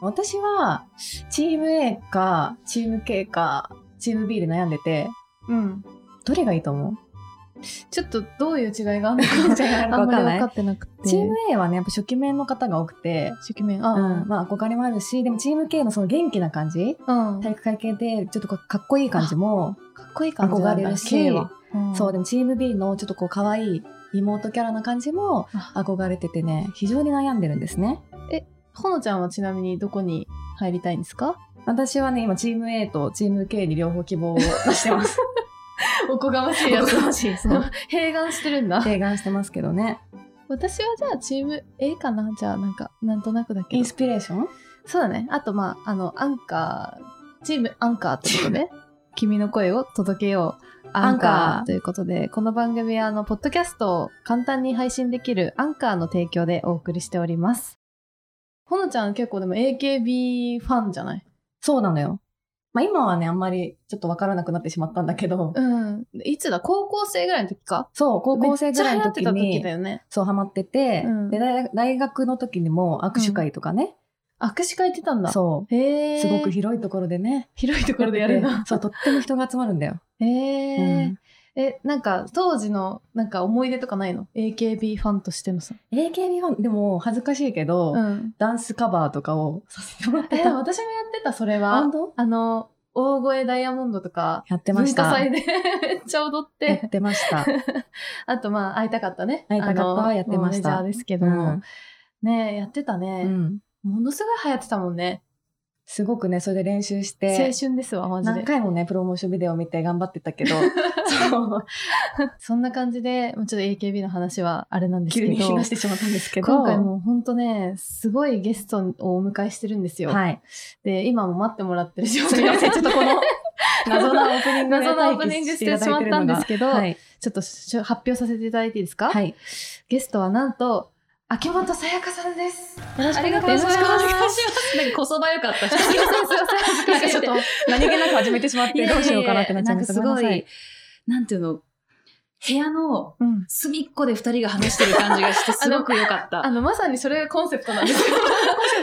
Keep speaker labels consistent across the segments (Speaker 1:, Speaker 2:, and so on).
Speaker 1: 私は、チーム A か、チーム K か、チーム B で悩んでて、
Speaker 2: うん。
Speaker 1: どれがいいと思うちょっとどういう違いがあるのかみたいなのが
Speaker 2: あ
Speaker 1: わかん
Speaker 2: んまり
Speaker 1: な
Speaker 2: 分
Speaker 1: い
Speaker 2: か。ってなく て。
Speaker 1: チーム A はね、やっぱ初期面の方が多くて、
Speaker 2: 初期面。
Speaker 1: う
Speaker 2: あ、
Speaker 1: ん、まあ憧れもあるし、でもチーム K のその元気な感じ、
Speaker 2: うん。
Speaker 1: 体育会系でちょっとこうかっこいい感じも、
Speaker 2: かっこいい感じ
Speaker 1: 憧れるし、そう、で
Speaker 2: も。
Speaker 1: もチーム B のちょっとこう可愛い妹キャラな感じも
Speaker 2: あ
Speaker 1: 憧れててね、非常に悩んでるんですね。
Speaker 2: ほのちゃんはちなみにどこに入りたいんですか
Speaker 1: 私はね、今チーム A とチーム K に両方希望を出して ます。
Speaker 2: おこがまし
Speaker 1: おこがましい そう
Speaker 2: 併願してるんだ。
Speaker 1: 提案してますけどね。
Speaker 2: 私はじゃあチーム A かなじゃあなんか、なんとなくだけ
Speaker 1: イ
Speaker 2: ど
Speaker 1: ン。スピレーション
Speaker 2: そうだね。あと、まあ、あの、アンカー、チームアンカーということで、君の声を届けよう。アン
Speaker 1: アン
Speaker 2: カ
Speaker 1: カ
Speaker 2: ー
Speaker 1: ー
Speaker 2: ということで、この番組は、あの、ポッドキャストを簡単に配信できるアンカーの提供でお送りしております。ほのちゃん結構でも AKB ファンじゃない
Speaker 1: そうなのよ。まあ今はね、あんまりちょっとわからなくなってしまったんだけど、
Speaker 2: うん。いつだ高校生ぐらいの時か
Speaker 1: そう、高校生ぐらいの時
Speaker 2: めっ
Speaker 1: に
Speaker 2: ちゃ流行ってた時だ、よね。
Speaker 1: そう、ハマってて、
Speaker 2: うん
Speaker 1: で大、大学の時にも握手会とかね、
Speaker 2: 握手会行ってたんだ。
Speaker 1: そ
Speaker 2: へ
Speaker 1: う、
Speaker 2: え。
Speaker 1: すごく広いところでね、
Speaker 2: 広いところでやる
Speaker 1: やっ
Speaker 2: な
Speaker 1: て。てそう、とっても人が集まるんだ よ。
Speaker 2: へえ。
Speaker 1: うん
Speaker 2: え、なんか当時のなんか思い出とかないの ?AKB ファンとしてのさ。
Speaker 1: AKB ファン、でも恥ずかしいけど、
Speaker 2: うん。
Speaker 1: ダンスカバーとかをさせてもらっ
Speaker 2: え
Speaker 1: てた。
Speaker 2: 私もやってた、それ
Speaker 1: バ
Speaker 2: は
Speaker 1: ン。ド
Speaker 2: あの、大声ダイヤモンドとか、
Speaker 1: やってま
Speaker 2: 文
Speaker 1: し
Speaker 2: 化
Speaker 1: た。
Speaker 2: 祭で めっちゃ踊っ
Speaker 1: や
Speaker 2: て
Speaker 1: っ、てま した。
Speaker 2: あとまあ会いたかったね。
Speaker 1: 会いたかったは
Speaker 2: あの
Speaker 1: やってました
Speaker 2: もうメジャーですけど
Speaker 1: う
Speaker 2: も
Speaker 1: ん。
Speaker 2: ねえやってた
Speaker 1: う
Speaker 2: ね。
Speaker 1: ん。
Speaker 2: ものすごい流行ってたもんね。
Speaker 1: すごくね、それで練習し
Speaker 2: 青
Speaker 1: て、
Speaker 2: 春ですわ、マジ
Speaker 1: 何
Speaker 2: で。
Speaker 1: 回もね、プロモーションビデオ見て頑張ってたけど、そう、
Speaker 2: そんな感じで、もうちょっと AKB の話はあれなんですけ
Speaker 1: 急
Speaker 2: ど。
Speaker 1: に話してしまったんですけど、
Speaker 2: 今回もうほんとね、すごいゲストをお迎えしてるんですよ。
Speaker 1: はい。
Speaker 2: で、今も待ってもらってる状
Speaker 1: す
Speaker 2: 態
Speaker 1: みません、ちょっとこの 謎なオープニングで
Speaker 2: 謎のオープニングしてしまったんですけど、
Speaker 1: はい。
Speaker 2: ちょっとしょ発表させていただいていいですか、
Speaker 1: はい。
Speaker 2: ゲストはなんと、秋元さやかさんです。
Speaker 1: よろ
Speaker 2: ありがとうございます。す。なんかこ そばよかった。すいません、すいま
Speaker 1: なん
Speaker 2: せ
Speaker 1: か
Speaker 2: ん、
Speaker 1: ちょっと何気なく始めてしまっ
Speaker 3: い
Speaker 1: て
Speaker 3: やいやいや
Speaker 1: どうしようかなってなっちゃいました。
Speaker 3: なん
Speaker 1: ご
Speaker 3: か
Speaker 1: め
Speaker 3: す
Speaker 1: んな
Speaker 3: ご
Speaker 1: さ
Speaker 3: い
Speaker 1: い。、
Speaker 3: なんていうの、部屋の
Speaker 2: うん。
Speaker 3: 隅っこで二人が話してる感じがして、すごく良かっ
Speaker 2: あ
Speaker 3: た。
Speaker 2: の、まさにそれがコンセプトなん ですよ。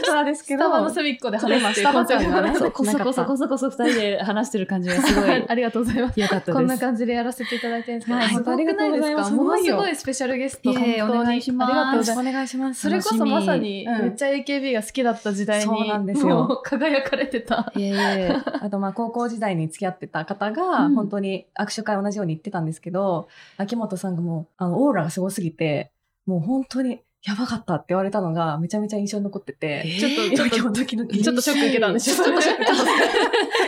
Speaker 1: スタですけ
Speaker 2: ス
Speaker 1: ど
Speaker 2: タ、バの隅っこで話すっていうコンセプトなんです
Speaker 3: そ
Speaker 2: よ
Speaker 3: うこそこそこそこそ二人で話してる感じがすごい
Speaker 2: ありがとうございます。
Speaker 3: 良かったです。
Speaker 2: こんな感じでやらせていただいてるんですけど、
Speaker 1: はい
Speaker 2: すごくないですか
Speaker 1: ありがとうございます
Speaker 2: ものす
Speaker 1: す
Speaker 2: ご
Speaker 1: ごい
Speaker 2: いスペシャルゲスト、
Speaker 3: いえいえ
Speaker 2: 本当に
Speaker 3: お願いします
Speaker 2: ありがとうござい
Speaker 1: お
Speaker 2: ます。
Speaker 1: 願いします。
Speaker 2: それこそまさに、
Speaker 1: 楽しみ
Speaker 2: めっちゃ AKB が好きだった時代に、
Speaker 1: そうなんですよ
Speaker 2: もう輝かれてた。
Speaker 3: いやいや
Speaker 1: あとまあ高校時代に付き合ってた方が
Speaker 3: うん
Speaker 1: 本当に握手会同じように行ってたんですけど、秋元さんがもうあのオーラがすごすぎてもう本当にやばかったって言われたのがめちゃめちゃ印象に残ってて、
Speaker 3: えー
Speaker 1: ちょっとちょっと今日ドキドキ
Speaker 2: ちょっとショック受けたんでしょ
Speaker 1: ちょっとショックちょっとちょっ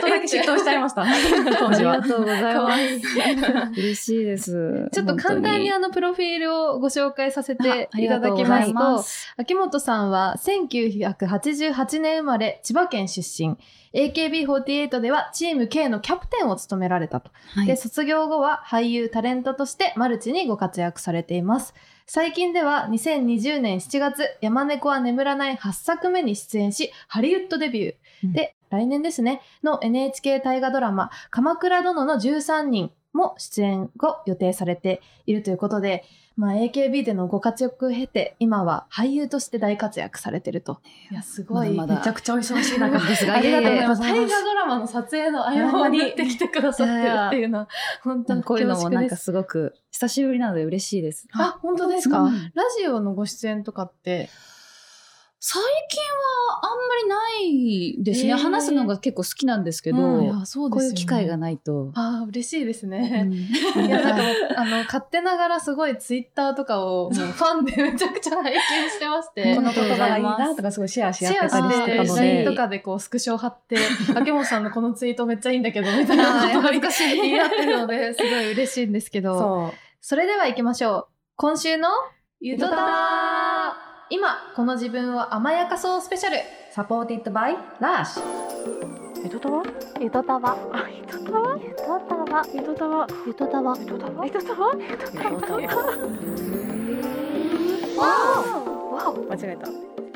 Speaker 1: とだけ嫉妬し ちゃい ました当
Speaker 3: あり
Speaker 1: 時
Speaker 3: が
Speaker 1: は。
Speaker 3: とうござい
Speaker 2: か
Speaker 3: ま
Speaker 2: わいい。
Speaker 3: す。嬉しいです。
Speaker 2: ちょっと簡単に
Speaker 3: 本
Speaker 2: あのプロフィールをご紹介させ
Speaker 3: 当に
Speaker 2: て
Speaker 3: ああ
Speaker 2: い
Speaker 3: り
Speaker 2: た
Speaker 3: が
Speaker 2: だ
Speaker 3: う
Speaker 2: き
Speaker 3: ご
Speaker 2: ま
Speaker 3: ざ
Speaker 2: す
Speaker 3: い
Speaker 2: と、
Speaker 3: す
Speaker 2: 秋元さんは1988年生まれ千葉県出身 AKB48 ではチーム K のキャプテンを務められたと、
Speaker 3: はい
Speaker 2: で卒業後は俳優タレントとしてマルチにご活躍されています最近では2020年7月「山猫は眠らない」8作目に出演しハリウッドデビュー、
Speaker 1: うん
Speaker 2: で来年ですねの NHK 大河ドラマ「鎌倉殿の13人」も出演後予定されているということでまあ、AKB でのご活躍を経て今は俳優として大活躍されてるといやすごい
Speaker 3: まだまだ
Speaker 1: めちゃくちゃお忙しい
Speaker 3: なん
Speaker 1: 中
Speaker 3: かですが
Speaker 2: ありがとうございます
Speaker 1: いやいや
Speaker 2: 大河ドラマの撮影の合間に
Speaker 1: 合間に
Speaker 2: ってきてくださってるっていうのは本当に
Speaker 3: こういうのも
Speaker 2: 恐
Speaker 3: な
Speaker 2: 縮
Speaker 3: ん
Speaker 2: で
Speaker 3: か
Speaker 2: す
Speaker 3: すごく久しぶりなので嬉しいです。
Speaker 2: あ本当ですか、
Speaker 3: うん
Speaker 2: ラジオのご出演とかって
Speaker 3: 最近はあんまりないです
Speaker 2: へ
Speaker 3: ね。
Speaker 2: ー
Speaker 3: 話すのが結構好きなんですけど、
Speaker 2: うんい
Speaker 3: こ
Speaker 2: やそう
Speaker 3: ういう機会が
Speaker 2: ない
Speaker 3: ないと。
Speaker 2: あー嬉しいです
Speaker 3: う
Speaker 2: ね、
Speaker 3: ん
Speaker 2: いやなんかもうあの勝手ながらすごいツイッターとかをもうファンでめちゃくちゃ拝見してまして
Speaker 1: この
Speaker 3: こと
Speaker 1: 言葉
Speaker 3: が
Speaker 1: が
Speaker 3: い
Speaker 1: い
Speaker 3: い
Speaker 1: い
Speaker 3: な
Speaker 1: な
Speaker 3: と
Speaker 1: とかすごいシェアし
Speaker 2: シ
Speaker 1: 合っ
Speaker 2: ェア
Speaker 1: てたり
Speaker 2: し
Speaker 1: して
Speaker 2: て
Speaker 1: た
Speaker 3: あ
Speaker 1: の
Speaker 2: LINE と
Speaker 1: で。
Speaker 2: かでこうスクショ貼 って「秋元さんのこのツイートめっちゃいいんだけど」みたい
Speaker 3: あ
Speaker 2: な
Speaker 3: ー
Speaker 2: こと
Speaker 3: 恥
Speaker 2: に
Speaker 3: ずかしい
Speaker 2: 言い合ってるのですごい嬉しいんですけどそ
Speaker 1: そう。
Speaker 2: れでは行きましょう今週の「ゆとたわ」今この自分を甘やかそうスペシャル
Speaker 1: サポーティッドバイラッシュ。
Speaker 4: ゆとたわゆとたわゆとたわゆとたわゆとたわゆとたわゆとたわゆとたわゆとたわわお間違えた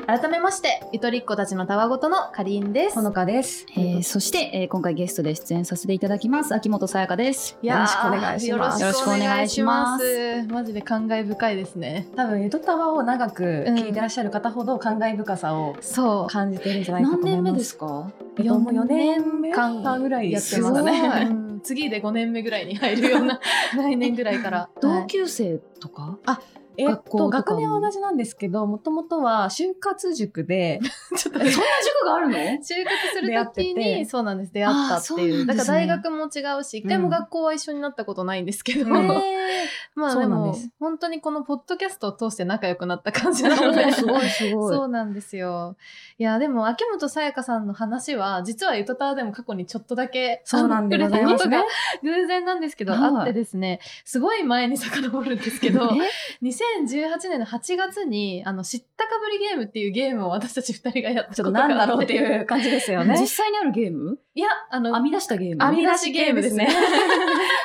Speaker 2: 改めましてゆとりっ子たちのたわごとのかりんです
Speaker 1: ほのかです。
Speaker 5: えーそして、えー今回ゲストで出演させていただきます秋元さやかです。
Speaker 2: い
Speaker 1: よ
Speaker 2: やー
Speaker 1: ろしくお願いします
Speaker 2: よろしくお願いしま
Speaker 5: よ
Speaker 2: すマジで感慨深いですね
Speaker 1: 多分ゆとたわを長く聞いてらっしゃる方ほど感慨深さを
Speaker 2: そ
Speaker 1: 感じているんじゃないかと
Speaker 3: 何
Speaker 1: 思
Speaker 3: 年
Speaker 1: います。
Speaker 3: 目ですか
Speaker 1: えっともう4年間ぐらいやってます
Speaker 2: す
Speaker 1: ね。
Speaker 2: ごい
Speaker 5: うん
Speaker 2: 次で5年目ぐらいに入るような来年ぐらい から
Speaker 5: 同級生とか、
Speaker 1: えっ
Speaker 5: 学校
Speaker 1: と
Speaker 5: とか
Speaker 1: 学
Speaker 5: も
Speaker 1: 年は同じなんですけど、もともとは就活塾で、
Speaker 2: ちょっとね
Speaker 5: 塾があるの？
Speaker 2: 就活する
Speaker 1: 出会って
Speaker 2: 時に
Speaker 1: て
Speaker 2: そうなんです出会ったっていう
Speaker 5: あーそうなんですね
Speaker 2: だから大学も違うし一回も
Speaker 1: うん
Speaker 2: 学校は一緒になったことないんですけど、
Speaker 1: うん
Speaker 2: まあ
Speaker 1: そ
Speaker 2: で
Speaker 1: うなん
Speaker 2: も
Speaker 1: です
Speaker 2: 本当にこのポッドキャストを通して仲良くなった感じな ので
Speaker 5: すごいす ごい。
Speaker 2: そうなんですよいやでも秋元さやかさんの話は実は「ゆとたわ」でも過去にちょっとだけ
Speaker 1: そうなんでございますね
Speaker 2: 触れたことが偶然なんですけど、
Speaker 5: はい
Speaker 2: あってですねすごい前に遡るんです けど2018年の8月にあの「知ったかぶりゲーム」っていうゲームを私たち2人がやった
Speaker 1: ちょ
Speaker 2: こ
Speaker 1: っ
Speaker 2: と
Speaker 1: と
Speaker 2: があ
Speaker 1: な
Speaker 2: っ
Speaker 1: ん
Speaker 2: て
Speaker 1: だろうっていう感じですよね。
Speaker 5: 実際にあるゲーム？
Speaker 2: いやあの
Speaker 5: 編み出したゲーム？
Speaker 2: 編
Speaker 1: 編
Speaker 2: み
Speaker 1: み
Speaker 2: 出
Speaker 1: 出
Speaker 2: し
Speaker 1: しゲ
Speaker 2: ゲー
Speaker 1: ー
Speaker 2: ム
Speaker 1: ム
Speaker 2: で
Speaker 1: ですす
Speaker 2: ね
Speaker 1: ね。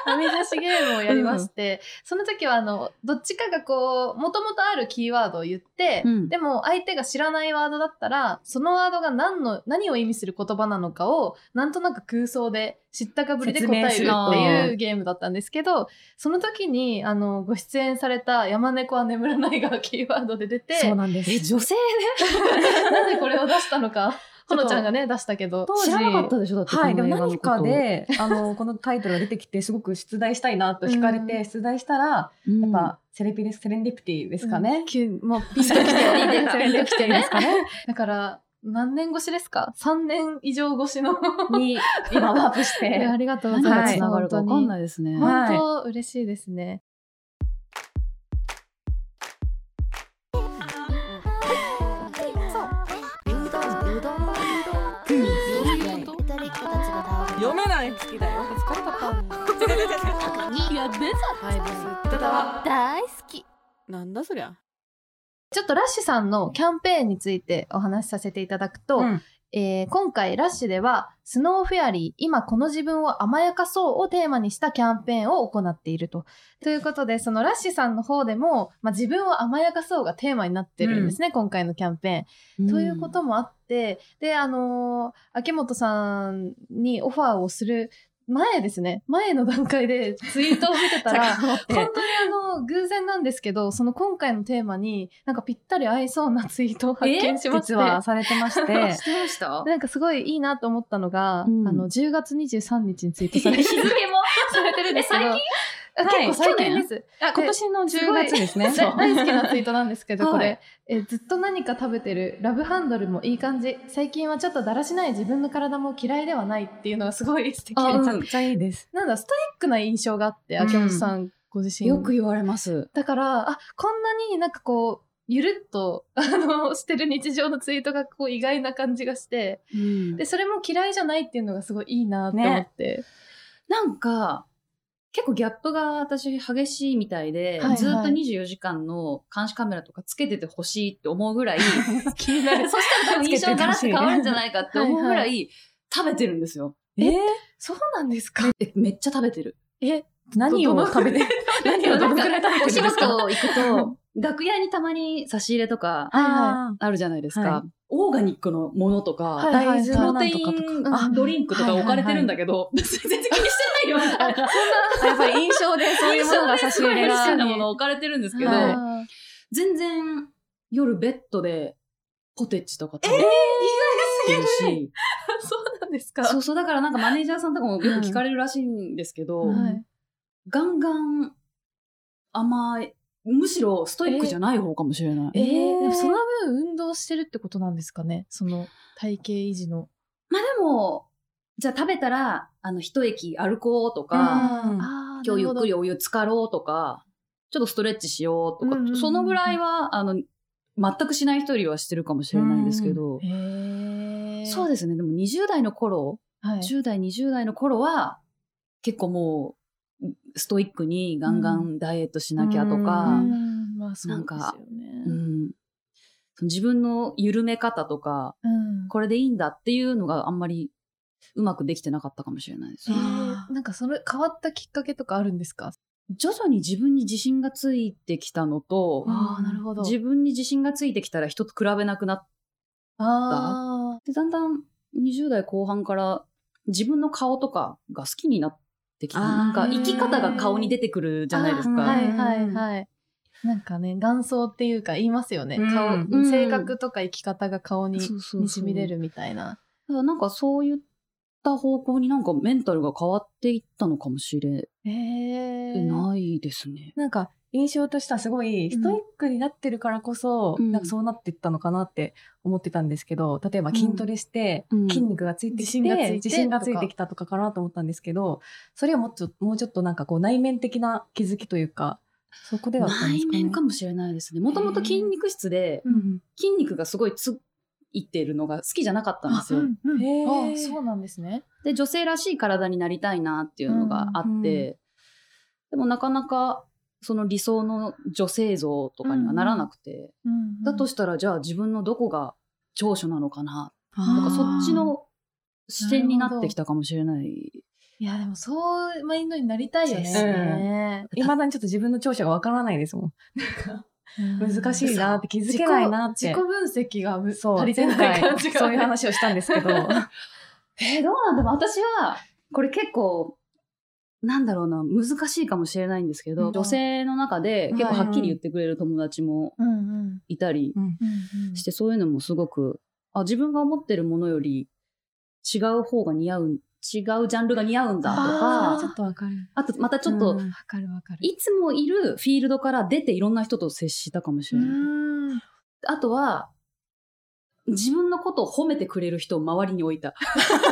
Speaker 2: 編み出しゲームをやりま して、その時はあのどっちかがこうもともとあるキーワードを言って、
Speaker 5: うん
Speaker 2: でも相手が知らないワードだったらそのワードが何の何を意味する言葉なのかをなんとなく空想で知ったかぶりで答えるって
Speaker 1: 説明
Speaker 5: する
Speaker 2: い
Speaker 5: と
Speaker 2: うゲームだったんですけどその時にあのご出演された「山猫は眠らない」がキーワードで出て
Speaker 1: そうなんです。
Speaker 5: え女性
Speaker 2: なぜこれを出したのか
Speaker 1: ちょ
Speaker 2: ほ
Speaker 1: っと
Speaker 2: のちゃんがね出したけど
Speaker 1: 当
Speaker 5: 知
Speaker 1: 時
Speaker 5: らなかったでしょだってこの
Speaker 1: はい、
Speaker 5: 映
Speaker 1: で
Speaker 5: 画
Speaker 1: も
Speaker 5: の
Speaker 1: 何
Speaker 5: こと。
Speaker 1: かで、あの、このタイトルが出てきて、すごく出題したいなと惹かれ
Speaker 2: う
Speaker 1: て、出題したら、
Speaker 5: うん、
Speaker 1: やっぱ、セレピです、セレンディピティですか
Speaker 2: う
Speaker 1: ね
Speaker 2: ん。急にもうピンときて、ピンと
Speaker 1: セレンディピティですかね。
Speaker 2: だから、何年越しですか ?3 年以上越しの。
Speaker 1: に、今ワープ し
Speaker 2: いや
Speaker 1: て
Speaker 2: あ。りがとうご
Speaker 5: 何
Speaker 2: ざいま
Speaker 5: が
Speaker 2: す。
Speaker 5: つながるかわかんないですね。
Speaker 1: はい
Speaker 2: 本当に本当嬉しいですね。
Speaker 6: 読めない好きだよ疲れたいや出た
Speaker 4: 大好き
Speaker 6: なんだそりゃ
Speaker 2: ちょっとラッシュさんのキャンペーンについてお話しさせていただくと、
Speaker 1: うん
Speaker 2: えー今回ラッシュでは「スノーフェアリー今この自分を甘やかそう」をテーマにしたキャンペーンを行っていると。ということでそのラッシュさんの方でも、まあ、自分を甘やかそうがテーマになってるんですね、今回のキャンペーン。ということもあって、で、あのー秋元さんにオファーをする前ですね、前の段階でツイートを見て たら、
Speaker 1: 遡っ
Speaker 2: 本当に
Speaker 1: て
Speaker 2: あの、偶然なんですけど、その今回のテーマに、なんかぴったり合いそうなツイートを発見しまして、
Speaker 1: 実はされてま して、
Speaker 5: てま した。
Speaker 2: なんかすごいいいなと思ったのが、
Speaker 5: うん
Speaker 2: あの、10月23日にツイート されて
Speaker 3: も
Speaker 2: されてるんですけど、
Speaker 3: え
Speaker 2: あ結構最近
Speaker 3: はい
Speaker 2: です。
Speaker 1: あ今年の
Speaker 2: す
Speaker 1: 10
Speaker 2: ごい
Speaker 1: 月ですね。
Speaker 2: 大大好きなツイートなんですけど、
Speaker 1: はい
Speaker 2: これえずっと何か食べてるラブハンドルもいい感じ最近はちょっとだらしない自分の体も嫌いではないっていうのがすごい素敵
Speaker 5: あ
Speaker 2: な
Speaker 5: う
Speaker 1: めちゃ
Speaker 5: ん
Speaker 1: くちゃいいです。
Speaker 2: なんだストイックな印象があって
Speaker 1: うん
Speaker 2: 秋元さんご自身、
Speaker 5: よく言われます。
Speaker 2: だからあこんなになんかこうゆるっとあの してる日常のツイートがこう意外な感じがして
Speaker 5: うん
Speaker 2: でそれも嫌いじゃないっていうのがすごいいいなって思って、
Speaker 5: なんか、結構ギャップが私激しいみたいで、
Speaker 2: はいはい
Speaker 5: ずっと24時間の監視カメラとかつけててほしいって思うぐらい、
Speaker 2: 気に なる
Speaker 5: そしたら多分印象ガラッと変わるんじゃないかって思うぐらい食べてるんですよ。
Speaker 1: えー
Speaker 2: そうなんですか
Speaker 5: え、めっちゃ食べてる。
Speaker 2: え
Speaker 1: 何を食べて、何をどのくらい食べてる
Speaker 5: お
Speaker 1: ん
Speaker 5: 仕
Speaker 1: ですか
Speaker 5: 事行くと、楽屋にたまに差し入れと
Speaker 2: はい
Speaker 5: か
Speaker 1: あ
Speaker 5: あるじゃないですか。
Speaker 1: は
Speaker 5: オーガニックのものとか、
Speaker 2: はいはいはい
Speaker 5: プロテイ
Speaker 1: とか
Speaker 5: ンドリンクとか置かれてるんだけど、全然気にしてないよみたいな。
Speaker 1: ーやっぱり印象 でそういうものが差し入れ
Speaker 5: 好き
Speaker 1: が。
Speaker 5: なもの置かれてるんですけど、
Speaker 1: はい
Speaker 2: あー
Speaker 5: 全然夜ベッドでポテチとか食べてるし、
Speaker 2: そうなんですか
Speaker 5: そうそうだからなんかマネージャーさんとかもよく聞かれるらしいんですけど、
Speaker 1: うん
Speaker 2: はい
Speaker 5: ガンガン甘いむしろストイックじゃない方かもしれない、
Speaker 2: えー、
Speaker 1: えー
Speaker 2: でもその分運動してるってことなんですかねその体型維持の。
Speaker 5: まあでもじゃあ食べたらあの一駅歩こうとか、
Speaker 1: うん
Speaker 2: あ
Speaker 5: 今日ゆっく
Speaker 2: り。
Speaker 5: りお湯浸かろうとかちょっとストレッチしようとか、
Speaker 2: うんうんうん
Speaker 5: そのぐらいはあの全くしない人よりはしてるかもしれないですけど、
Speaker 2: へー
Speaker 5: そうですねでも20代の頃
Speaker 2: はい
Speaker 5: 10代20代の頃は結構もうストイックにガンガンダイエットしなきゃとか、
Speaker 1: う
Speaker 5: うん
Speaker 2: うんまあそうですよね。
Speaker 5: その自分の緩め方とか
Speaker 2: うん
Speaker 5: これでいいんだっていうのがあんまりうまくできてなかったかもしれないです
Speaker 2: え
Speaker 5: ね。
Speaker 2: ーなんかそれ変わったきっかけとかあるんですか
Speaker 5: 徐々に自分に自信がついてきたのと、
Speaker 2: ああ、なるほど。
Speaker 5: 自分に自信がついてきたら人と比べなくなっ
Speaker 2: ああ。
Speaker 5: て、だんだん20代後半から自分の顔とかが好きになってきた。
Speaker 1: あー
Speaker 5: なんか生き方が顔に出てくるじゃないですか。
Speaker 1: あー
Speaker 2: は
Speaker 1: はいい
Speaker 2: はい
Speaker 1: は
Speaker 2: はい。なんかね、元祖っていうか言いますよね。
Speaker 1: うん
Speaker 2: 顔、
Speaker 1: うん
Speaker 2: 性格とか生き方が顔に
Speaker 5: そうそうそう
Speaker 2: にじみ出るみたいな。
Speaker 5: だからなんかそういった方向になんかメンタルが変わっていったのかもしれ
Speaker 2: ええ。
Speaker 5: ないですね。
Speaker 1: なんか印象としてはすごいストイックになってるからこそ、
Speaker 5: うん
Speaker 1: なんかそうなっていったのかなって思ってたんですけど、例えば筋トレして、
Speaker 5: うん
Speaker 1: 筋肉がついてきて、
Speaker 2: 自信がついて
Speaker 1: 自信がついてきたとかかなと思ったんですけど、それはもうちょもうちょっとなんかこう内面的な気づきというか、そこではあったんです
Speaker 5: 内
Speaker 1: かね。
Speaker 5: 面かもしれないですね。もともと筋肉質で
Speaker 1: うん
Speaker 5: 筋肉がすごいついてるのが好きじゃなかったんです
Speaker 2: う
Speaker 5: よ。
Speaker 2: んうん
Speaker 1: へー
Speaker 2: あそうなんですね。
Speaker 5: で女性らしい体になりたいなっていうのがあって、
Speaker 1: うんうん
Speaker 5: でもなかなかその理想の女性像とかにはならなくて、だと
Speaker 2: し
Speaker 5: したらじゃあ自分のどこが長所なのかな
Speaker 2: ー
Speaker 5: とかそっちの視点になってきたかもしれない。
Speaker 2: いや、でもそういうマインドになりたいよ
Speaker 5: で
Speaker 1: うす
Speaker 2: ね。
Speaker 1: いまだにちょっと自分の長所がわからないですもん。
Speaker 2: うん
Speaker 1: 難しいなって気づけないなって。
Speaker 2: 自己自己分析がむ
Speaker 1: そう
Speaker 2: 足りてない感じ
Speaker 1: 前回
Speaker 2: が。
Speaker 1: そういう話をしたんですけど。
Speaker 5: えーどうなんだろう私はこれ結構なんだろうな難しいかもしれないんですけど、
Speaker 2: うん
Speaker 5: 女性の中で結構はっきり言ってくれる友達も
Speaker 2: うんうん
Speaker 5: いたり
Speaker 2: うんうん
Speaker 5: して、そういうのもすごくあ自分が思ってるものより違う方が似合う違うジャンルが似合うんだとか
Speaker 2: あ
Speaker 5: あ
Speaker 2: ー
Speaker 1: ちょっとわかる。
Speaker 5: とまたちょっと、
Speaker 1: うん
Speaker 2: わかるわかる。
Speaker 5: いつもいるフィールドから出ていろんな人と接したかも し
Speaker 2: う
Speaker 5: れない。
Speaker 2: ん
Speaker 5: あとは自分のことを褒めてくれる人を周りに 置いた。
Speaker 2: それい